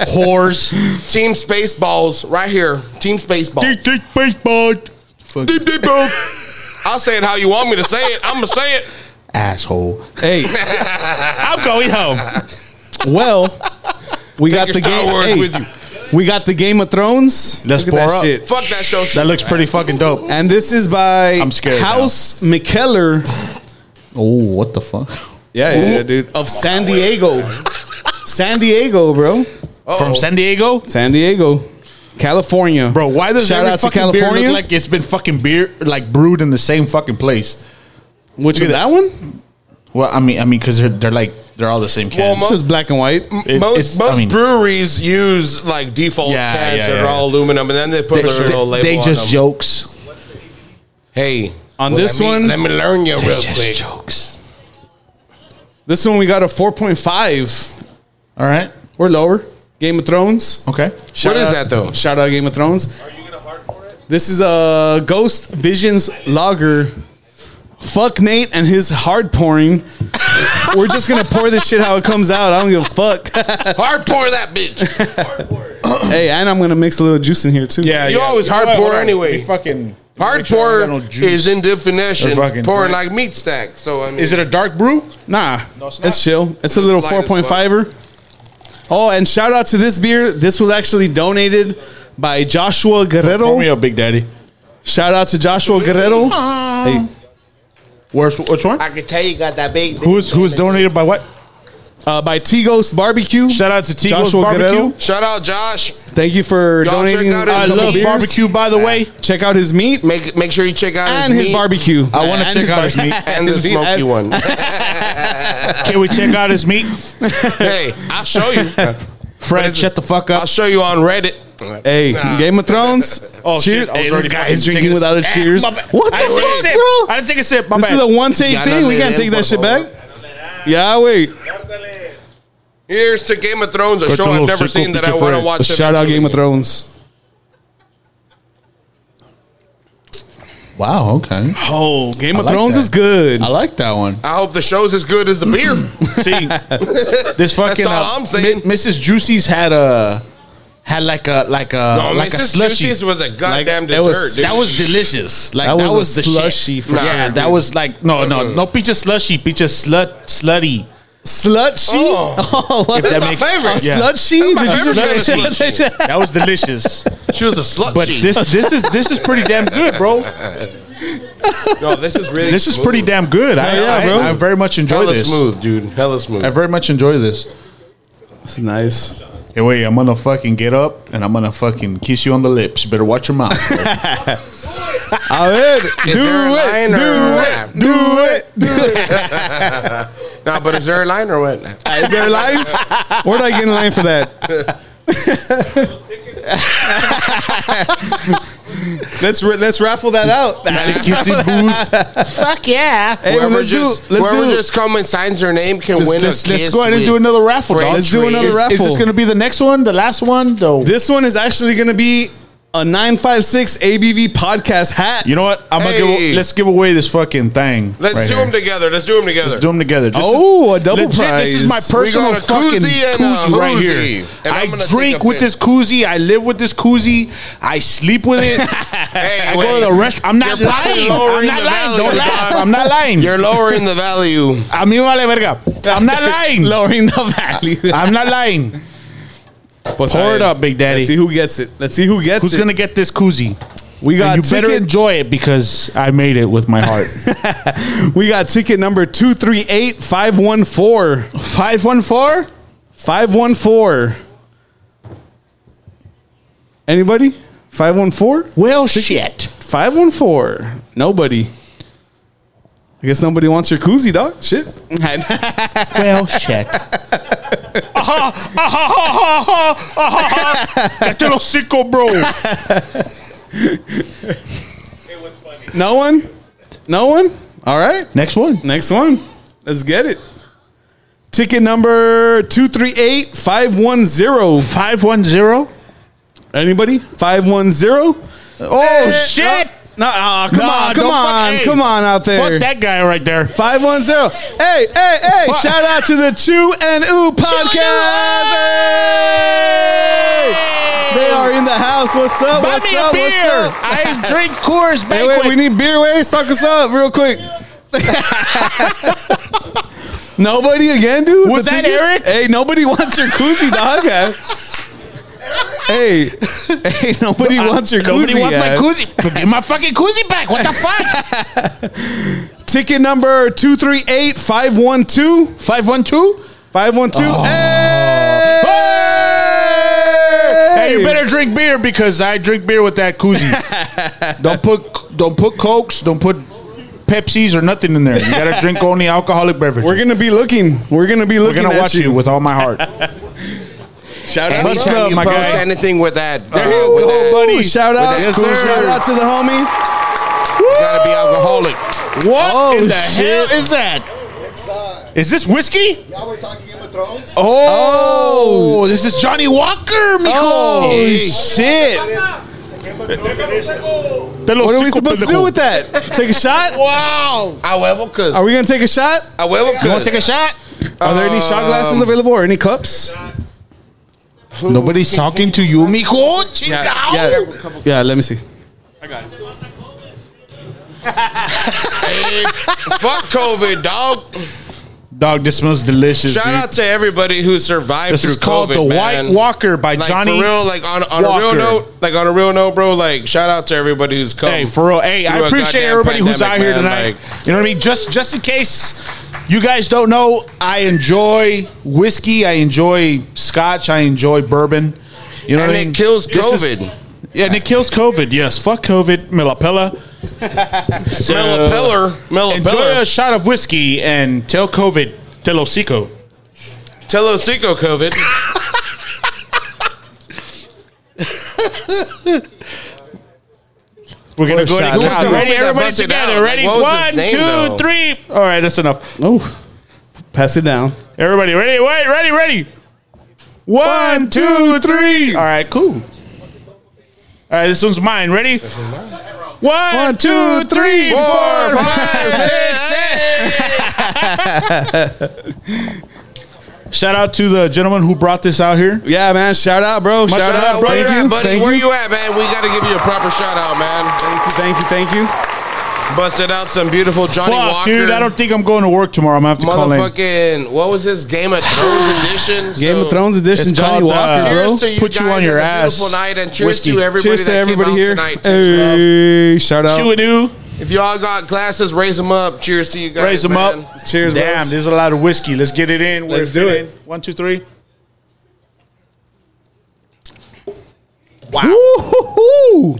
Whores.
Team Spaceballs, right here. Team Spaceballs.
Deep, deep baseball.
Deep, deep, boom. I'll say it how you want me to say it. I'm gonna say it.
asshole.
Hey,
I'm going home.
well, we got
your
the
Star
game.
Wars
hey,
with you.
We got the Game of Thrones.
Let's
Look at
pour
that
up.
shit.
Fuck that show.
That looks pretty fucking dope.
And this is by
I'm scared now.
House McKellar.
Oh, what the fuck?
Yeah, yeah, yeah, dude. Of San Diego. San Diego, bro.
From San Diego,
San Diego. California.
bro. Why does
Shout
every
out to
fucking beer
California?
look like it's been fucking beer like brewed in the same fucking place?
Which
Look
one?
at
That one?
Well, I mean, I mean, because they're, they're like they're all the same cans.
It's just black and white.
It-
most
it's-
most
I mean-
breweries use like default
Yeah,
cans
yeah,
that
yeah,
are all aluminum, and then they put
they,
a little label.
they
on
just
them.
jokes.
Hey,
On
let
this
me-
one-
let me learn you real quick.
jokes.
This one we got a 4.5
All right.
or lower. Game of Thrones.
Okay.
Shout
is
out-
that, though?
Shout out Game of Thrones. Are you gonna hard for it? This is a Ghost Visions Lager. Fuck Nate and his hard pouring. We're just gonna pour this shit how it comes out. I don't give a fuck.
Hard pour that bitch.
hey, and I'm gonna mix a little juice in here too.
Yeah.
You
yeah.
always hard
Hold on,
pour
hold on.
anyway.
You fucking
Hard
make sure I
pour
don't got no juice.
is in definition.
Or fucking-
Pouring like meat stack. So I mean,
Is it a dark brew?
Nah,
it's
it's,
not.
chill. It's a little
light as fuck.
4.5er. Oh, and shout out to this beer. This was actually donated by
Pour
Joshua
me
Guerrero.
up, Big Daddy.
Shout out to Joshua Guerrero. Hey,
Where's which one?
I can tell you got that big.
Who's who's donated by what?
uh, by T Ghost Barbecue.
Shout out to Tico's
Joshua
Barbecue.
Guerrero.
Shout out Josh.
Thank you for
Y'all check
donating.
out his-
a
I
couple
love
beers.
barbecue. By the way,
Check out his meat
Make make sure you check out
and his
meat
barbecue.
I want to check out his meat. (laughs)
and the
meat
smoky
and-
one. (laughs)
Can we check out his
(laughs)
meat?
hey, I'll show
(laughs)
you.
Fred, shut the fuck up.
I'll show you on Reddit.
Hey,
Nah.
Game of Thrones.
Oh,
Cheers.
shit. I was already
Hey, this guy
fucking
is drinking
taking a
without a
sip.
cheers.
Ah, my bad.
What
I
the
didn't take a
fuck,
sip.
bro?
I didn't take a sip. My
This
bad.
is a one take
Ya no
thing.
le
We can't
den,
take
por
that shit back.
favor.
Yeah, wait.
Here's to Game of Thrones, a
Corta
show I've
los
never
cinco
seen that I
pinche
want to
Fred.
watch.
Shout out Game of Thrones.
Wow. Okay.
Oh,
Game of
like
Thrones
that.
is good.
I like that
(laughs)
one.
I hope the show's as good as the
(clears throat)
beer.
See, (laughs) this fucking
all
uh,
I'm saying.
Mi- Mrs. Juicy's had a had like a like a
no,
like
Mrs.
a slushy.
Juicy's was a goddamn
that
dessert.
was
dude.
that was
(laughs)
delicious. Like
That
that,
was
was,
a
the
slushy
shit.
for
yeah,
sure,
that was like no no no pizza slushy pizza slut slutty.
Slut sheet.
Oh.
what?
That's
that
my
makes-
favorite.
Yeah.
Slut sheet.
my
Did you
favorite
say
kind of
that?
slut
That was delicious.
She was a slut.
But
sheet.
this this is this is pretty damn good,
(laughs)
bro.
no, this is really
This is
smooth.
pretty damn good. I,
Yeah,
I-
bro.
I very much enjoy
Hella
this.
smooth, dude. Hella
I
smooth.
very much enjoy this.
That's nice.
Hey, wait, I'm gonna fucking get up and I'm gonna fucking kiss you on the lips. You better watch your
(laughs)
mouth. bro.
A ver,
Is there a
do it.
line or what?
Do it.
Nah, but is there a line or what?
Is there a line? Where'd I get in line for that? (laughs) let's ra- let's raffle that out.
(laughs)
Fuck yeah.
Hey,
Whoever
let's
just
do, let's
whoever
do,
just come and signs their name can
let's,
win. a
let's- let's
kiss
go ahead and
with
do another raffle.
French
dog.
Let's do
fries.
another
Is-
raffle.
Is this gonna be the next one? The last one? Though.
This one is actually going to be a 956 ABV podcast hat.
You know what? I'm gonna
Hey.
give, let's give away this fucking thing.
Let's
right
do
here.
them together. Let's do them together.
Let's do them together. This
Oh, a double
This is my
prize.
personal
We got a
fucking
koozie
koozie,
and a
right
hoozie.
here.
And I'm
I
gonna take
drink
a
with
pic.
this koozie. I live with this koozie. I sleep with it.
(laughs) Hey,
I
wait.
go to the restaurant. I'm not
You're probably
lying.
lowering
I'm not
the
lying.
value,
Don't laugh.
dog.
I'm not lying.
You're lowering the
(laughs)
value.
I mean, vale verga.
(laughs)
I'm
(laughs)
not lying.
lowering the value.
I'm not lying.
Pues,
Pour
a
it
ver.
up, Big
Let's
Daddy.
see who gets it. Let's see who gets
Who's
it.
gonna get this koozie?
we got
You
ticket.
better enjoy it because I made it with my
(laughs)
heart.
we got ticket number two three eight five one four five one four five one four. Anybody? Five one four.
well, shit.
Five one four. Nobody. I guess nobody wants your koozie, dog. Shit.
Well, shit.
Cállate el hocico, bro.
(laughs) No one? No one? All right.
Next one.
Next one. Let's get it. Ticket number 238510.
510.
Anybody? 510?
Oh, shit.
No, aw, come
Nah, Ah,
on, come
don't fuck-
on,
hey.
come on out there.
Fuck that guy right there.
510. Hey, hey, hey. Shout out to the Chew and Ooh podcast. Hey! They are in the house. What's up?
Buy
What's
me
up?
a beer.
What's up?
I drink Coors
Hey,
Banquet.
wait, we need beer. Wait, stock us up real quick. (laughs) nobody again, dude?
Was
The
that
ticket?
Eric?
Hey, nobody wants your koozie,
(laughs)
dog. hey, hey, nobody wants your
Nobody
koozie.
wants my
yeah.
koozie. Give my fucking koozie back. What the fuck?
(laughs) Ticket number 238512.
512?
512. Hey!
Hey, you better drink beer because I drink beer with that
(laughs)
koozie.
Don't put don't put cokes. Don't put Pepsis or nothing in there. You gotta drink only alcoholic beverages.
We're
We're,
going to be looking. We're going to be looking
gonna
at
watch you. with all
(laughs)
my heart.
Shout out.
Much
Anytime
love,
you
my
post
guy.
anything with that, uh,
Ooh,
with that
buddy. Shout out.
Yes,
Cool.
sir.
Shout out to the homie.
you gotta be alcoholic.
What
Oh,
in the hell
shit.
is that? Is this whiskey?
Oh,
Oh, this is Johnny Walker, mijo.
oh shit! What are we supposed to do with that? Take a shot?
Wow.
A huevo, cause
Are we gonna take a shot?
a huevo, cause.
Take a shot.
Are there any shot glasses available or any cups?
Nobody's talking to you, mijo.
Yeah, yeah. Let me see.
Fuck COVID, dog.
Dog, this smells delicious.
Shout
dude.
out to everybody who survived
This
through
is called
COVID,
the
man.
White Walker by
Like
Johnny.
for real, like on, on a real
Walker.
note, like on a real note, bro. Like shout out to everybody who's come.
Hey, for real. Hey,
Through
I
a
appreciate
goddamn
everybody who's out
pandemic,
here
man,
tonight.
like-
you know what I mean? Just just in case you guys don't know,
I enjoy whiskey. I enjoy scotch. I enjoy bourbon. You know
And
what I
it
mean?
kills
This is-
COVID.
yeah, and it kills COVID. Yes, fuck COVID, Milapella. So,
Millipiller,
Uh, Enjoy a
Millipiller,
shot of whiskey and tell COVID, Telosico.
Telosico COVID.
We're gonna
What
go
a
ahead and
shot.
count.
Who was the
Ready,
homie that
everybody
busted out?
together.
Like,
Ready,
what was his
one,
name,
two,
though?
three. All right, that's enough.
Oh, pass it down.
Everybody, ready? Wait, ready, ready. One, two, three. All right, cool. All right, this one's mine. Ready? One, two, three, four, (laughs) five, six, seven. Shout out to the gentleman who brought this out here.
Yeah, man. Shout out, bro. Shout,
Shout
out,
out, where
Thank
you
you,
at, buddy?
Thank
where
you.
you. at, man? We gotta give you a proper shout out, man.
Thank you. Thank you.
Busted out some beautiful Johnny
Fuck,
Walker.
dude, I don't think I'm going to work tomorrow. I'm gonna have to call in.
Motherfucking, what was this Game of Thrones edition?
Game
So-
of Thrones edition.
it's
Johnny
called,
Walker,
uh,
bro.
Cheers to you
Put you
guys
on
and
your
a
ass.
Beautiful night and cheers
Whiskey.
to everybody
Cheers
that
to everybody
came out
here.
tonight. too.
Hey, shout out.
Chew and ooh.
If y'all got glasses, raise them up. Cheers to you guys.
Raise them
man.
up.
Cheers, bro.
Damn, there's a lot of whiskey. Let's get it in.
Let's do it.
in. One, two, three.
Woo-hoo-hoo.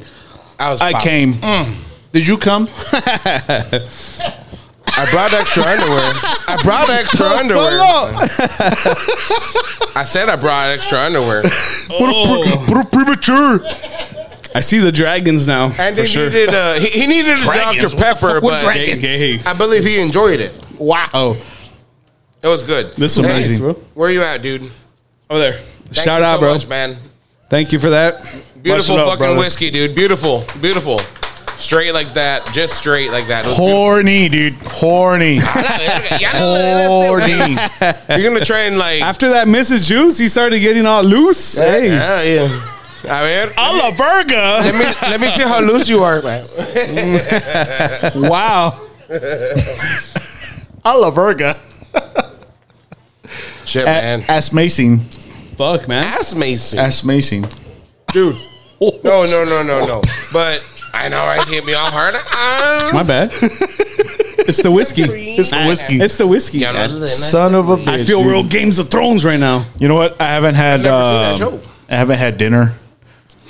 I, was
I
popping.
came. Mm. Did you come?
I brought
(laughs)
extra underwear. I brought extra underwear. I said I brought extra underwear.
premature.
I see the dragons now.
And
for
he
sure.
needed a he, he needed a Dr Pepper, but
Hey, hey.
I believe he enjoyed it.
Wow.
It was good.
This was
Hey,
nice, bro.
Where you at, dude?
Over there.
Thank
Shout
you
out,
so
bro.
much, man.
Thank you for that.
Beautiful
love,
fucking
brother.
whiskey, dude. Beautiful, beautiful. Straight like that, just straight like that. It was
Horny,
(laughs)
dude. Horny.
beautiful. Y'all know that- that's
Horny.
the- You're gonna try and like.
After that Mrs. Juice, he started getting all loose. Hey.
Yeah, yeah. I mean,
I'm a Virgo.
let me let me see how loose you are, man.
Wow. (laughs) I love Virga.
Shit, man.
Ass macing.
Fuck, man.
Ass Mason.
Ass macing.
dude. No, no, no, no, no. But I know I hit me all hard. Um,
My bad. it's the whiskey.
It's the whiskey.
It's the whiskey.
yeah, no, no, no.
Son of a bitch.
I feel
dude.
real Games of Thrones right now.
You know what? I haven't had.
never seen that
um,
show.
I haven't had dinner.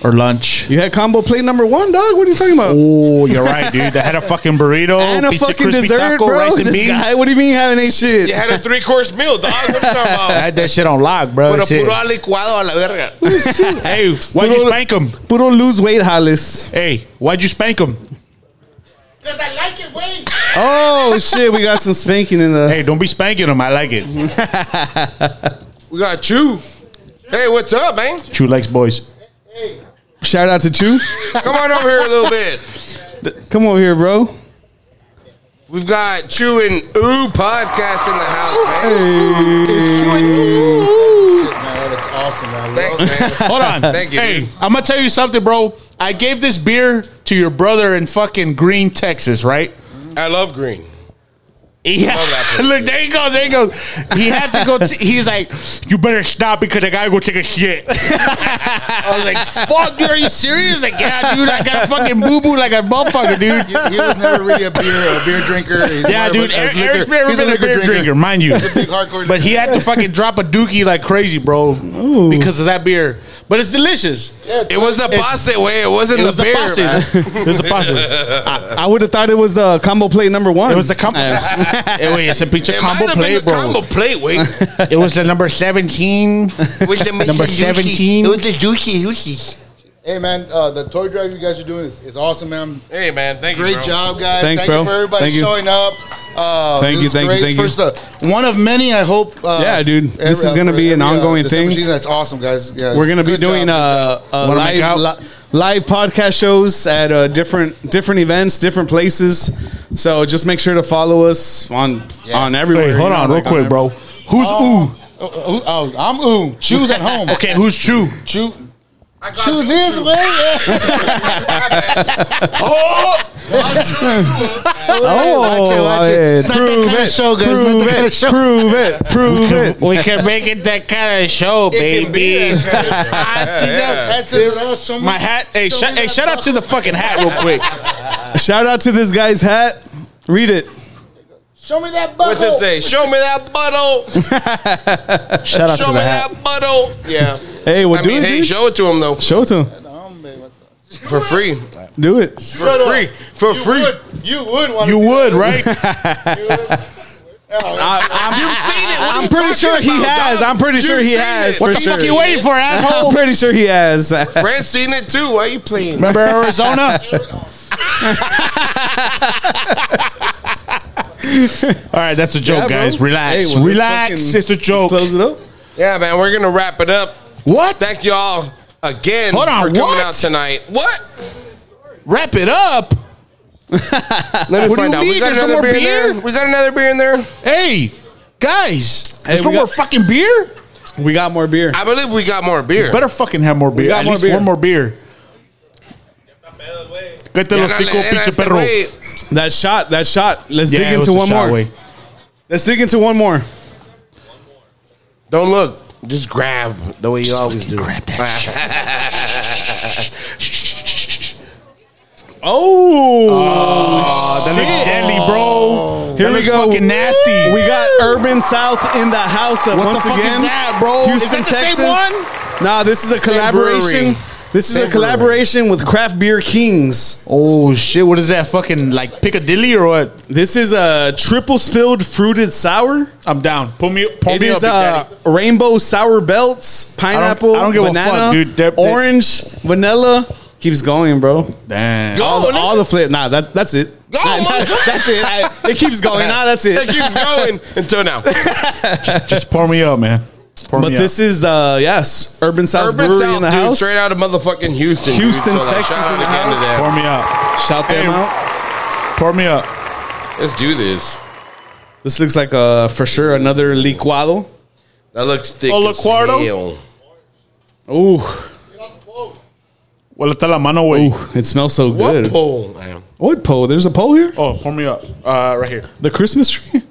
or lunch.
You had combo plate number one, dog. What are you talking about?
Oh, you're right, dude. That had a fucking burrito
and a
pizza
fucking
crispy
dessert,
taco,
bro.
rice and
this
beans.
guy, what do you mean having ain't shit?
You had a three course meal, dog. What are you talking
I (laughs)
about?
had that shit on lock, bro.
Puro
Oh, Shit.
puro licuado a la verga.
Hey, why'd you spank him?
Puro lose weight, Hollis.
Hey, why'd you spank him?
Because I like it, wait.
Oh (laughs) shit, we got some spanking in the.
Hey, don't be spanking them. I like it.
We got you. Hey, what's up, man?
True likes boys.
Shout out to Chu.
Come on over here a little bit.
Come over here, bro.
We've got Chew and Ooh podcast in the house, man.
Man, that looks awesome, man.
Thanks, man.
Hold
(laughs)
on.
Thank you,
Hey,
dude.
I'm gonna tell you something, bro. I gave this beer to your brother in fucking Green, Texas, right?
I love green.
Yeah.
Love
(laughs)
that place,
Look, there he goes. There he goes. He had to go. T- he's like, you better stop because I gotta go take a shit. (laughs) I was like, fuck, dude, are you serious? Like, yeah, dude, I got a fucking boo boo like a motherfucker, dude.
He, he was never really a beer, a beer drinker. He's
Yeah,
more of a-
dude.
a
Eric,
liquor-
Eric's never
he's
been a beer drinker, mind you.
Big hardcore.
But he had to fucking drop a dookie like crazy, bro, because of that beer. But it's delicious.
It was the Bosset way. It wasn't
It
the
was the
beer. man.
sausage. (laughs) It was the sausage.
I would have thought it was the combo plate number one.
It was the combo. (laughs) it was a picture
It
combo
might have been
plate,
the
bro.
combo plate, wait.
It was the number seventeen.
With the
Number
juicy-
17.
It was the juicy, juicy.
hey, man, uh, the toy drive you guys are doing is, is awesome, man.
Hey, man. Thank you.
Great
bro.
job, guys.
Thanks,
thank
bro.
you for everybody
Thank you.
showing up. Uh,
Thank
this
you,
is
thank you,
great.
thank you.
First, uh, one of many. I hope. Uh,
Yeah, dude. This is gonna
for
be an ongoing
uh, December
thing.
season. That's awesome, guys. Yeah,
We're gonna be
good
doing
job.
uh, uh,
Wanna make
live
out?
li- live podcast shows at uh, different different events, different places. So just make sure to follow us on on everywhere.
Hey,
you
hold
know,
on, real
like
quick,
on
bro. Who's
Oh, oh, oh, oh, I'm ooh. Choose at home.
Okay, who's Chew?
Chew. (laughs) Chew this way. Yeah.
Oh,
Watch it, watch it. It's not that
prove
kind of
it,
show, guys. It's not
Prove
that
it,
kind of show.
prove
(laughs)
it, prove it.
We can make it that kind of show,
It can be
baby. (laughs)
that kind of-
Ah, Jesus.
That's it. Oh, show me-
My hat. Hey,
show
shut,
me
hey,
that
shout out
fuck.
to the fucking hat, real
(laughs)
quick.
Shout out to this guy's hat. Read it.
Show me that butt.
What's it say? Show me that butthole.
(laughs) Shout out
Show
to
me
the hat.
that butthole. Yeah.
Hey, well,
I
do
mean,
it,
hey,
dude.
show it to him, though.
Show it to him.
For free.
Do it.
For free. For free.
You would want
You would, right?
I'm
Pretty sure he has. I'm pretty sure he has.
what
For
the
sure.
fuck you
(laughs)
waiting for,
I'm
asshole?
pretty sure he
(laughs)
has.
Fred's seen it, too. Why are you playing?
Remember Arizona?
(laughs)
All right, that's a joke,
bro.
guys. Relax,
Hey, well,
relax.
let's fucking-
it's a joke.
Close it up.
Yeah, man. We're going to wrap it up.
What?
Thank y'all again
Hold on,
for coming
what?
out tonight. What?
Wrap it
Let
up.
me
What do
find
you
out. We
mean?
got
There's no
another
more
beer,
beer?
in there. We got another beer in there.
Hey, guys, there's
we
no
got-
more fucking beer.
We got more beer.
I believe we got more beer.
Better fucking have more beer.
got
At
more
least
beer.
one more beer. Get
Yeah,
los
no,
cinco,
no, no,
pinche
no,
perro.
wait.
That shot. That shot. Let's
Yeah,
dig
it was
into
a
one
shot,
more.
wait.
Let's dig into one more.
Don't look. Just grab the way you always do.
Oh, that looks deadly, bro. Here we go. Fucking nasty.
We got Urban South in the house of
What the
once
fuck is
again.
that, bro? Is that the same
one? Nah, this is a collaboration.
brewery.
This is
Same
a collaboration with Craft Beer Kings.
oh shit! What is that? Fucking like Piccadilly or what?
This is a triple spilled fruited sour.
I'm down. Pull me, pull
It
me up,
is
Big
uh,
Daddy.
rainbow sour belts, pineapple,
I don't give a
banana,
fuck, dude. They're- they-
orange, vanilla. Keeps going, bro.
Damn.
All,
Go,
all the flip. Nah, that that's it.
Go,
Nah, nah,
motherfucker.
(laughs) that's it. I- it keeps
Oh,
going. Nah, that's
It
it.
keeps
(laughs)
going until now.
Just pour me up, man. Pour
But
me
this is the yes, Urban South
Urban
Brewery
South,
in the
dude,
house.
straight out of motherfucking Houston.
Houston,
dude. So, like,
Texas
shout out
in the
again to
house.
them.
up. Pour me up.
Shout them
Hey.
out.
Pour me up.
Let's do this.
This looks like uh for sure another licuado.
That looks thick.
Hola,
as
Cuarto.
hell.
Ooh,
Well, está la mano, way.
it smells so
What
good.
pole, man?
What pole? There's a pole here.
Oh, pour me up. Uh, right here.
The Christmas tree.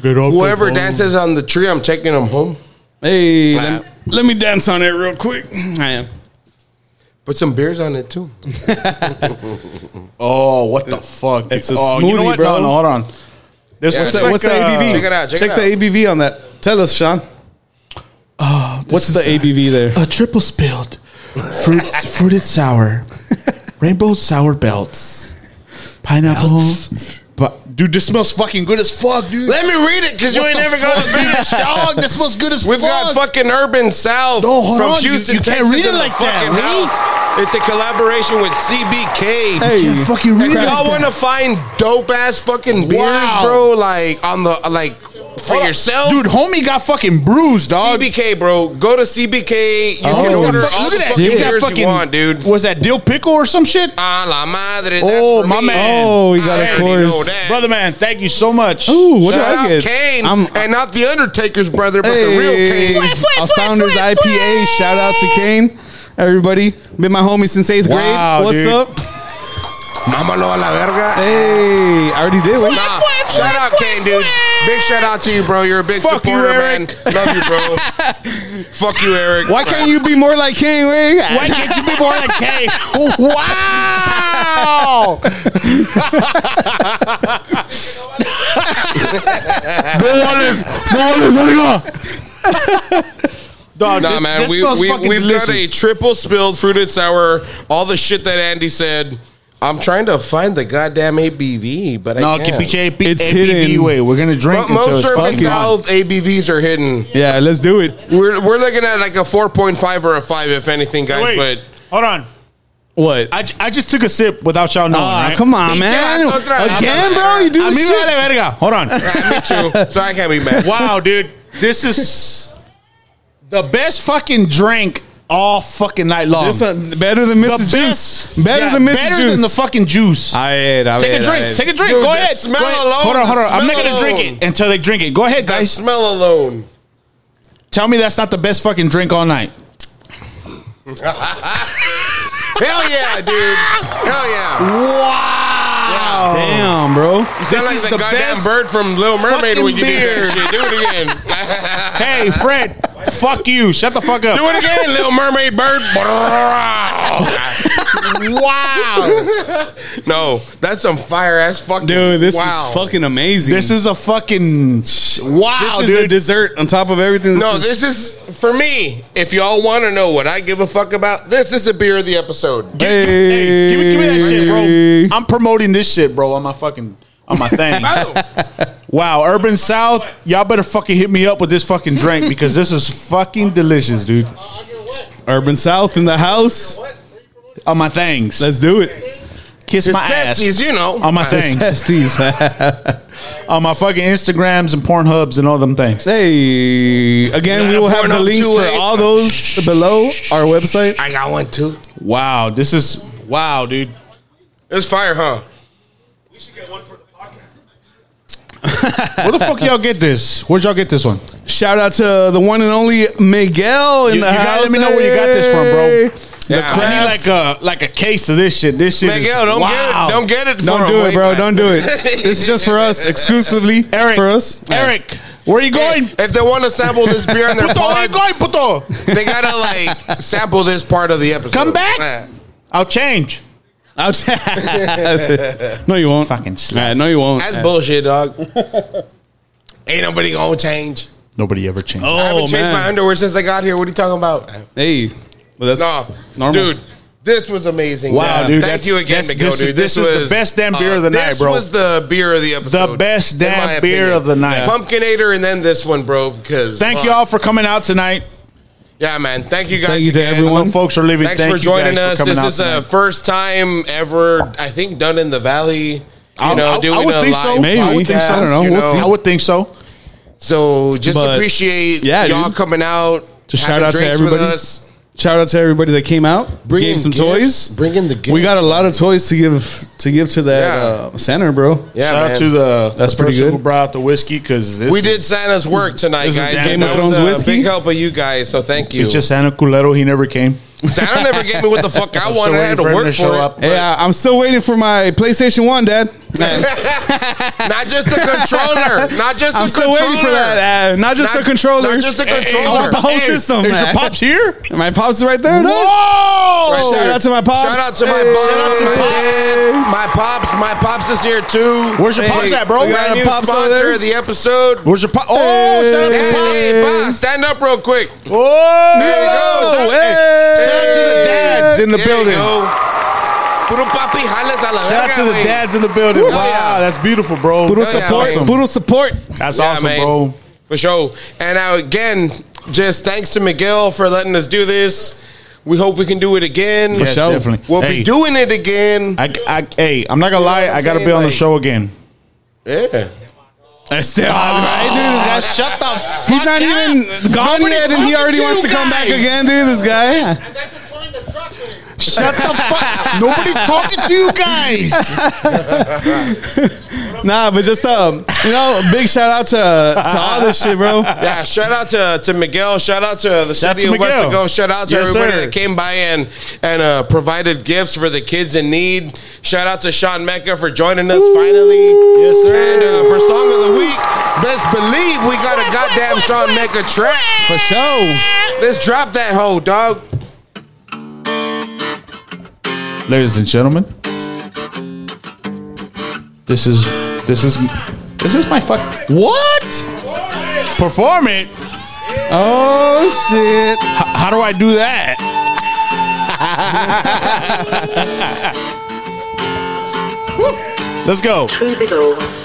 Good old
Whoever dances on the tree, I'm taking them home.
Hey,
Wow.
let, let me dance on it real quick. I am.
Put some beers on it too.
Oh, what the fuck?
It's a
oh, you know
smooth,
what?
bro.
No, no, hold on. This
Yeah,
looks
check
like
What's the
uh,
ABV?
check it out, check it
the ABV on that. Tell us, Sean. What's the ABV there?
A triple spilled, (laughs) fruit, fruited sour, rainbow sour belts, pineapple. But dude, this smells fucking good as fuck, dude.
Let me read it because you ain't never got to finish, dog.
this smells good as
We've got fucking Urban South
No, hold
from
on. You-
Houston,
you can't
Texas
read it
in the
like that,
fucking
read.
house. It's a collaboration with CBK.
You can't fucking read
If
it like
y'all want to
that.
find dope ass fucking beers,
Wow.
bro, like on the like for yourself,
Dude, homie got fucking bruised, dog.
CBK, bro. Go to CBK. You can
Homie's got
order
fuck-
all
Oh, look
the
at that.
fucking
He got
beers you
fucking-
want, dude.
(laughs) Was that dill pickle or some shit?
A la madre. That's
Oh,
for
my
me.
man.
Oh, he got
I
a
already know
course.
that.
Brother man, thank you so much.
Ooh, what
Shout
Oh,
did I
out
get?
Kane,
I'm-
and not the Undertaker's brother, but the real
Hey,
Kane.
A founder's IPA. Shout out to Kane. Everybody, been my homie since eighth
Wow,
grade. What's
dude.
up?
Mamalo a la verga.
Hey, I already did. Wait.
Nah, shout out, Kane, dude. Big shout out to you, bro. You're a big
Fuck you,
supporter, man.
Eric.
Love you, bro.
(laughs)
Fuck you, Eric.
Why can't you be more like Kane? Wait.
Why can't you be more like K? Wow! Dog,
Nah,
this-
man,
this
we,
smells
we,
fucking
we've got a
delicious.
triple spilled fruited sour. All the shit that Andy said. I'm trying to find the goddamn ABV, but I
No,
can't.
que pinche AP,
It's
APV
hidden.
way. We're gonna drink
But
until
most
it's
urban
fucking
south ABVs are hidden.
Yeah, let's do it.
We're, we're looking at like a 4.5 or a 5, if anything, guys.
Wait,
But
hold on.
What?
I, j- I just took a sip without y'all knowing.
Ah,
right?
come on,
Pinche
man.
vato otra-
Again, bro. You do
A mí
this
me
shit.
vale verga. Hold (laughs) on.
Ah, me too, so I can't be
(laughs)
mad.
wow, dude, this is the best fucking drink all fucking night long.
This one better than
the
Mrs. Juice. Better
yeah,
than Mrs.
Better
Juice.
than the fucking juice.
I ate, I
Take
ate,
a
I
drink.
ate.
Take a drink.
Dude,
go
the
ahead.
smell
Go ahead.
alone,
Hold on,
the
hold on. I'm not
smell
gonna
alone.
drink it until they drink it. Go ahead,
That
guys.
smell alone.
Tell me that's not the best fucking drink all night.
Hell yeah, dude. Hell yeah.
Wow.
Damn, bro.
Sound like the, goddamn bird from Little Mermaid
fucking
when you do
beer.
that shit. Do it again.
Hey,
(laughs)
Fred. fuck you. Shut the fuck
do
up.
it again, Little Mermaid
(laughs)
bird. (laughs)
Wow.
no, that's some fire ass fucking.
Dude, this
wow.
is fucking amazing.
this is a fucking wow,
this is
dude.
the dessert on top of everything.
No, this is for me. If y'all want to know what I give a fuck about, this is the beer of the
(laughs)
episode.
Hey, give, me, give me that shit, bro. I'm promoting this shit, bro, on my fucking on
(laughs)
my thing.
Oh,
wow, Urban South, y'all better fucking hit me up with this fucking drink because this is fucking delicious, dude.
Urban South in the house.
On my things.
Let's do it.
kiss
his
my ass.
testes, you know.
on my things.
(laughs) Testes.
on my fucking Instagrams and Pornhubs and all them things.
hey, again, we will have the
Pornhub
links for
2A.
all those below our website.
I got one too.
Wow, this is wow, dude.
It's fire, huh?
Where the fuck y'all get this? Where'd y'all get this one?
Shout out to the one and only Miguel in
You-
the
you
house.
gotta let me know where you got this from, bro.
The
Yeah.
craft.
I need like a like a case of this shit. This shit.
Miguel,
is,
don't
wow.
get it. Don't get it. For
Don't
him.
do
Wait,
it, bro.
man.
Don't do it. This is just for (laughs) us, exclusively
Eric,
for us.
Eric, where you going?
Hey, if they want to sample this beer in their
Puto, where you
pod,
going, puto?
they gotta like sample this part of the episode.
Come back?
Yeah.
I'll change.
I'll (laughs) t- That's it. no, you won't.
Fucking slut.
Nah, no, you won't.
That's bullshit, dog. Ain't nobody gonna change.
Nobody ever changed.
I haven't
oh
changed my
man.
underwear since I got here. What are you talking about?
Hey, well, that's
No,
normal.
dude. This was amazing.
Wow,
Yeah.
dude,
Thank
that's-
you again,
that's-
Miguel,
this is-
dude. uh,
this is the best damn beer of the night, bro.
This was the beer of the episode.
The best
in my
damn beer
opinion.
of the night.
Pumpkinator, and then this one, bro. Because
Thank you all for coming out tonight.
Yeah, man. Thank you guys.
Thank you to
again.
everyone.
When folks are leaving,
Thanks
thank
for
you
joining
guys
us.
For coming
this
out
is a
tonight.
first time ever, I think, done in the valley. You
I-
know,
I- I
doing
would
a
think
live
so. Maybe.
I would think so. I don't
podcast,
know.
you
We'll see.
I would think so.
So just
But-
appreciate
Yeah,
y'all
dude.
coming out.
Just
having
shout out to
drinks
everybody. Shout out to everybody that came out,
Bringing
gave some
gifts,
toys,
bringing the gifts.
We got a lot of toys to give to give to that
Yeah.
uh, center, bro.
Yeah,
Shout
man.
out to the
That's
the
pretty
person
good.
Who brought out the whiskey because
we did Santa's work tonight,
This is
guys.
damn
That
Game of
was
Thrones
a
whiskey. (laughs)
Big help of you guys, so thank you.
It's just Santa Culero. He never came.
Santa never gave me what the
(laughs)
fuck I wanted. I had to work for it.
Hey, I, I'm still waiting for my PlayStation One, Dad.
(laughs) Not just the controller. Not just the controller.
I'm still waiting for that. Uh, not just the controller.
Not just the
I want
controller.
the whole
Hey,
system.
Is your
man.
pops here?
My pops is right there. Dad.
Whoa!
Oh, Shout out to my pops.
Shout out to my
Hey,
pops.
shout out to
my pops. My pops is here too.
Where's your pops at, bro?
We got a new
pops over
sponsor
there.
of the episode.
Where's your pop? Oh, shout out to
Hey, Pops, stand up real quick. There you go. Shout-
Hey.
Shout out to the dads in the
There you
building.
go. Puro papi, jales a la
Shout out to
verga,
the
güey.
dads in the building.
Woo.
Wow,
Yeah.
that's beautiful, bro.
Poodle
Yeah,
support.
man.
Poodle support.
That's
Yeah,
awesome,
man.
bro.
For sure. And now again, just thanks to Miguel for letting us do this. We hope we can do it again.
For Yes, sure. definitely.
We'll
Hey.
be doing it again.
I, I, hey, I'm not gonna lie.
what
I
I'm
gotta
saying?
be on the
Like-
show again.
yeah.
Ah, Shut the fuck He's not even gone yet, and he already wants to come back again, dude. This (laughs) guy.
I got to join the truck. with.
Shut the fuck. Nobody's talking to
(laughs)
you guys.
Nah, but just um, you know, big shout out to to all this shit, bro.
Yeah, shout out to, to Miguel. Shout out to the
Shout
city
to
of
Miguel.
Westaco. Shout out to
Yes,
everybody
sir.
that came by and and uh, provided gifts for the kids in need. Shout out to Sean Mecca for joining us finally. Yes, sir. And uh, for song of the week, best believe we got a goddamn Sean Mecca track.
For sure.
Let's drop that hoe, dog.
Ladies and gentlemen, this is this is this is my fuck. What? Perform it.
Oh shit.
H- how do I do
(laughs)
that? Let's go.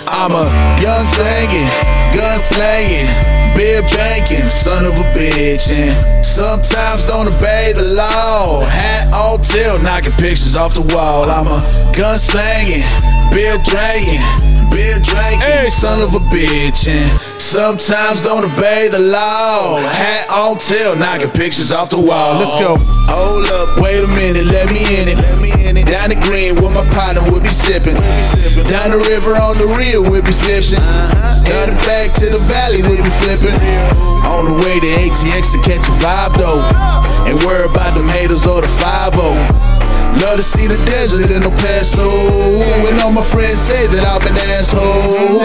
I'm a young slangin', gun slangin', beer banking, son of a bitch. And sometimes don't obey the law. Hat all tail, knocking pictures off the wall. I'm a gun slangin', beer drinking, beer drinking, son of a bitch. And sometimes don't obey the law. Hat on tail, knocking pictures off the wall. Let's go. Hold up, wait a minute, let me in it. Let me in it. Down the green with my partner, we'll be sipping. Down the river on the reel, we'll be sipping. Down the back to the valley, they be flipping. On the way to ATX to catch a vibe though. Ain't worry about them haters or the oh. 5 Love to see the desert in El Paso. And all my friends say that I'm an asshole.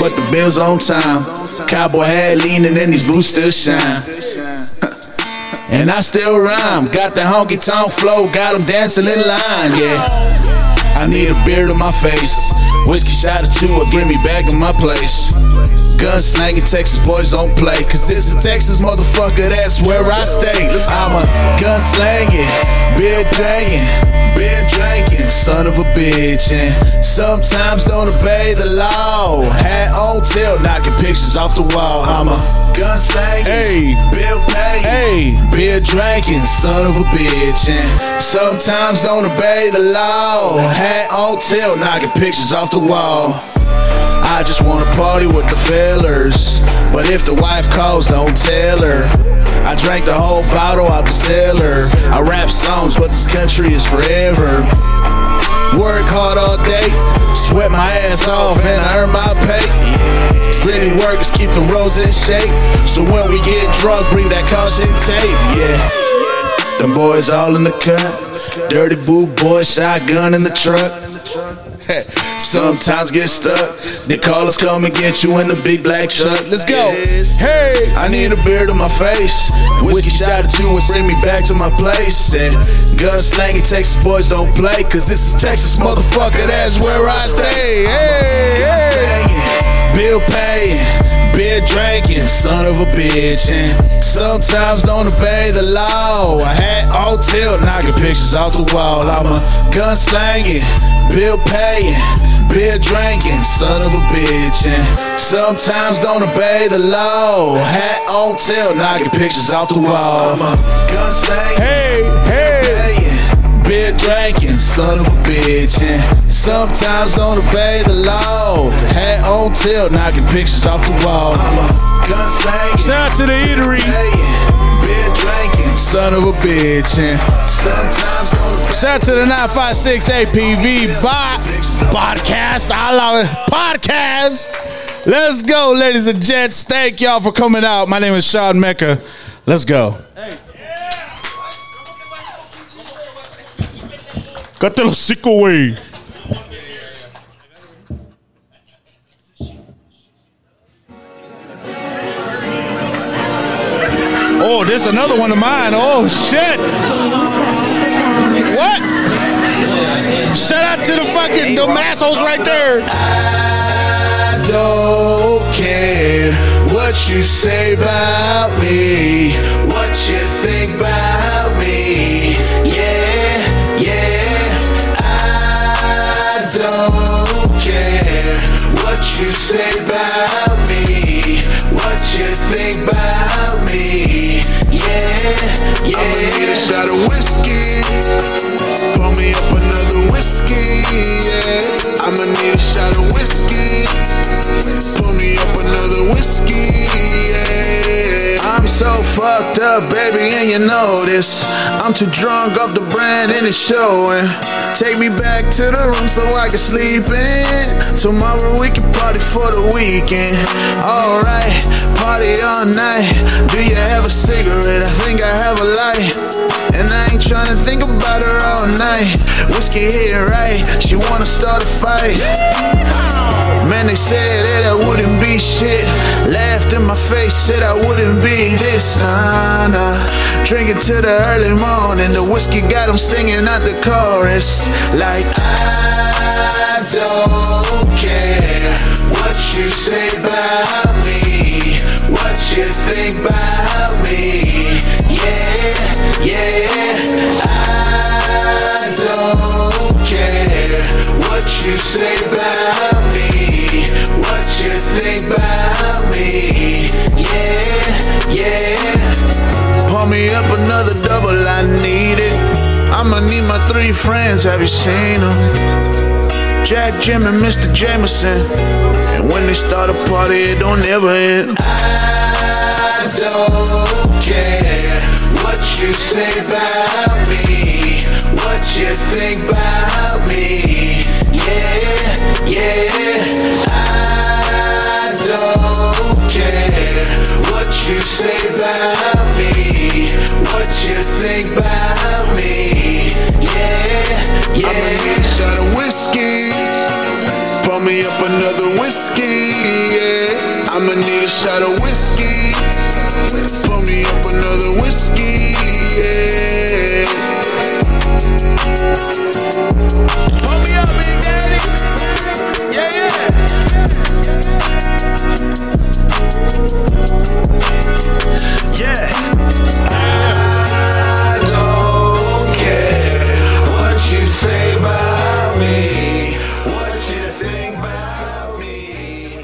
But the bill's on time. Cowboy hat leaning and these boots still shine. (laughs) And I still rhyme. Got the honky tonk flow. Got 'em dancing in line, yeah. I need a beer to my face. Whiskey shot or two or bring me back to my place. Gun slanging Texas boys don't play. Cause it's a Texas motherfucker, that's where I stay. Let's- I'm a gun slanging, beer drinking, beer drinking, son of a bitch. And sometimes don't obey the law. Hat on tail, knocking pictures off the wall. I'm a gun slanging, beer paying, beer drinking, son of a bitch. And sometimes don't obey the law. Hat on tail, knocking pictures off the wall. I just wanna party with the fellas. But if the wife calls, don't tell her. I drank the whole bottle out the cellar. I rap songs, but this country is forever. Work hard all day, sweat my ass off, and I earn my pay. Gritty work is keep the roads in shape. So when we get drunk, bring that caution tape, yeah. Them boys all in the cut. Dirty boo boy, shotgun in the truck. Sometimes get stuck. They call us, come and get you in the big black truck. Let's go. Hey, I need a beer to my face. Whiskey shot or two and send me back to my place. And gun slanging Texas boys don't play. Cause this is Texas, motherfucker. That's where I stay. Hey, hey. Bill paying. Beer drinking, son of a bitch. And sometimes don't obey the law. I had all tail, knocking pictures off the wall. I'm a gun slanging, bill paying, beer drinking, son of a bitch. And sometimes don't obey the law. Hat on tail, knocking pictures off the wall. I'm a gun slanging. Paying, Beer drinking, son of a bitch. And sometimes don't obey the law. Hat on tail, knocking pictures off the wall. I'm a gun slanging.
Shout out to the eatery.
paying, Beer drinking, son of a bitch. And sometimes don't obey
Shout out to the 956 APV bot podcast. I love it. Podcast. Let's go, ladies and gents. Thank y'all for coming out. My name is Sean Mecca. Let's go.
¿Cómo que va
Cut the sick away.
Oh, there's another one of mine. Oh shit! What? Shout out to the fucking the assholes right there.
I don't care what you say about me, what you think about me. Yeah, yeah. I don't care what you say about me, what you think about me. Yeah, yeah. I'ma need a shot of whiskey. Pour me up another whiskey. Yeah. I'ma need a shot of whiskey. Pour me up another whiskey. Yeah. I'm so fucked up, baby, and you know this. I'm too drunk off the brand and it's showing. Take me back to the room so I can sleep in. Tomorrow we can party for the weekend. Alright, party all night. Do you have a cigarette? I think I have a light. And I ain't tryna think about her all night. Whiskey hit it right, she wanna start a fight. Man, they said that I wouldn't be shit. Laughed in my face, said I wouldn't be this. Nah, nah. Drinking till the early morning. The whiskey got 'em singing out the chorus. Like, I don't care what you say about me, what you think about me. Yeah, yeah. I don't care what you say about me, what you think about me. Yeah, yeah. Pour me up another double, I need it. I'ma need my three friends, have you seen them? Jack, Jim, and Mr. Jameson. And when they start a party, it don't ever end. I don't care what you say about me, what you think about me. Yeah, yeah. I don't care what you say about me, what you think about me. Yeah, yeah. I'ma need a shot of whiskey. Pour me up another whiskey. Yeah, I'ma need a shot of whiskey. Pour me up another whiskey. Yeah. Pour me up, big daddy. Yeah, yeah. Yeah. I don't care what you say about me, what you think about me.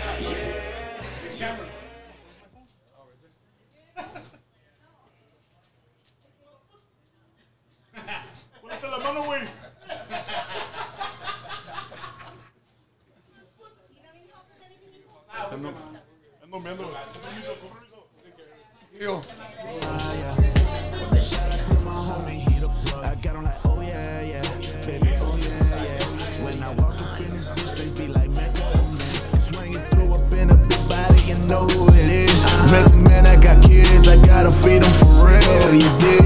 I got on like, oh yeah, yeah, baby, oh yeah, yeah. When I walk up in this bitch, they be like, man, oh man. Swinging through up in a big body, you know who it is. Man, man, I got kids, I gotta feed 'em for real, you dig?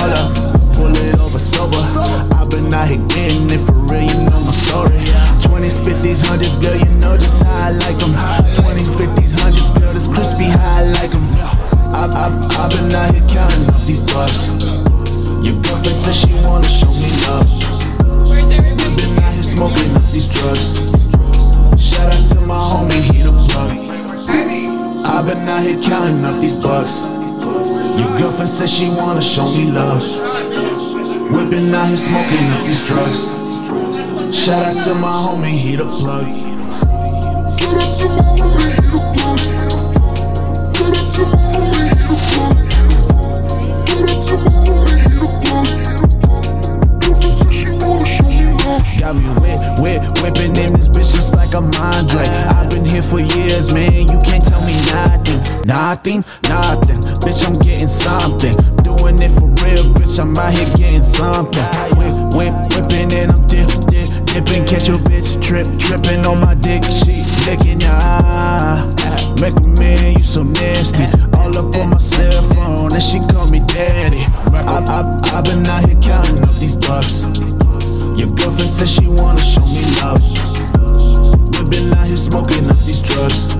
Hold up, pull it over sober. I've been out here getting it for real, you know my story. 20s, 50s, 100s, girl, you know just how I like 'em. 20s, 50s, 100s, girl, this crispy how I like 'em. I've, I've, I've been out here counting up these bucks. Your girlfriend says she wanna show me love. We've been out here smoking up these drugs. Shout out to my homie, he the plug. I've been out here counting up these bucks. Your girlfriend says she wanna show me love. We've been out here smoking up these drugs. Shout out to my homie, he the plug. Got me whip, whip, whipping in this bitch just like a Andre. I've been here for years, man. You can't tell me nothing, nothing, nothing. Bitch, I'm getting something. Doing it for real, bitch. I'm out here getting something. Whip, whip, whipping and I'm dip, dip, dipping. Catch your bitch trip, tripping on my dick. She licking your eye. Make a man, you so nasty. All up on my cell phone, and she call me daddy. I, I, I've been out here counting up these bucks. Mother said she wanna show me love. We've been out here smoking up these drugs.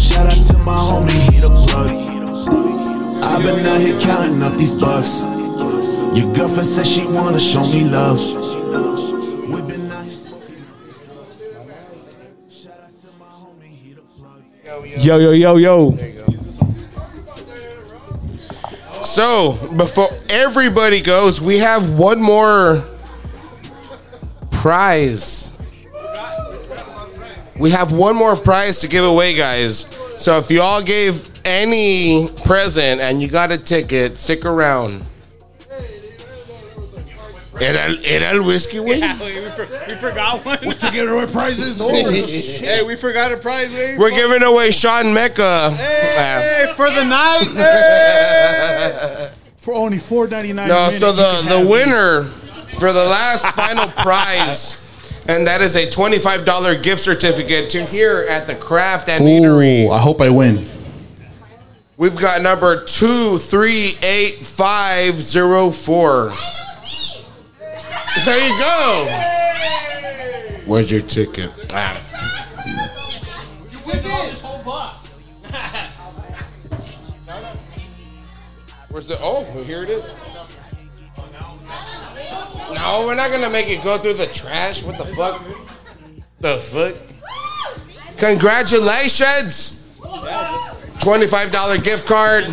Shout out to my homie, he the plug. I've been out here counting up these bucks. Your girlfriend said she wanna show me love. We've been out here smoking up these drugs. Shout out to my homie, he the plug.
Yo, yo, yo,
(laughs)
yo.
So before everybody goes, we have one more prize. We have one more prize to give away, guys. So if y'all gave any present and you got a ticket, stick around. (laughs) Era, el- era el whiskey, güey.
we forgot one.
We're giving away prizes. Oh,
Hey, we forgot a prize. Hey,
We're giving away Sean Mecca.
hey, for the night. Hey.
For only four ninety nine.
No, so the, the winner for the last final (laughs) prize, and that is a $25 gift certificate to here at the Craft and Eatery.
Ooh, I hope I win.
We've got number 238504. There you go. Where's your ticket? Ah. Where's the. Oh, here it is. No, we're not going to make it go through the trash. What the fuck? The fuck? Congratulations. $25 gift card.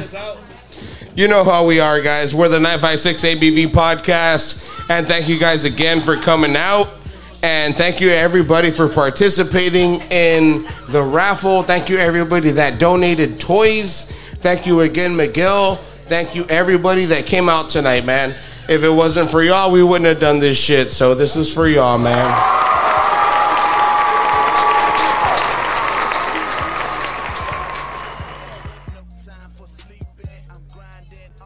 You know how we are, guys. We're the 956 ABV podcast. And thank you guys again for coming out. And thank you everybody for participating in the raffle. Thank you everybody that donated toys. Thank you again, Miguel. Thank you everybody that came out tonight, man. If it wasn't for y'all, we wouldn't have done this shit. So this is for y'all, man.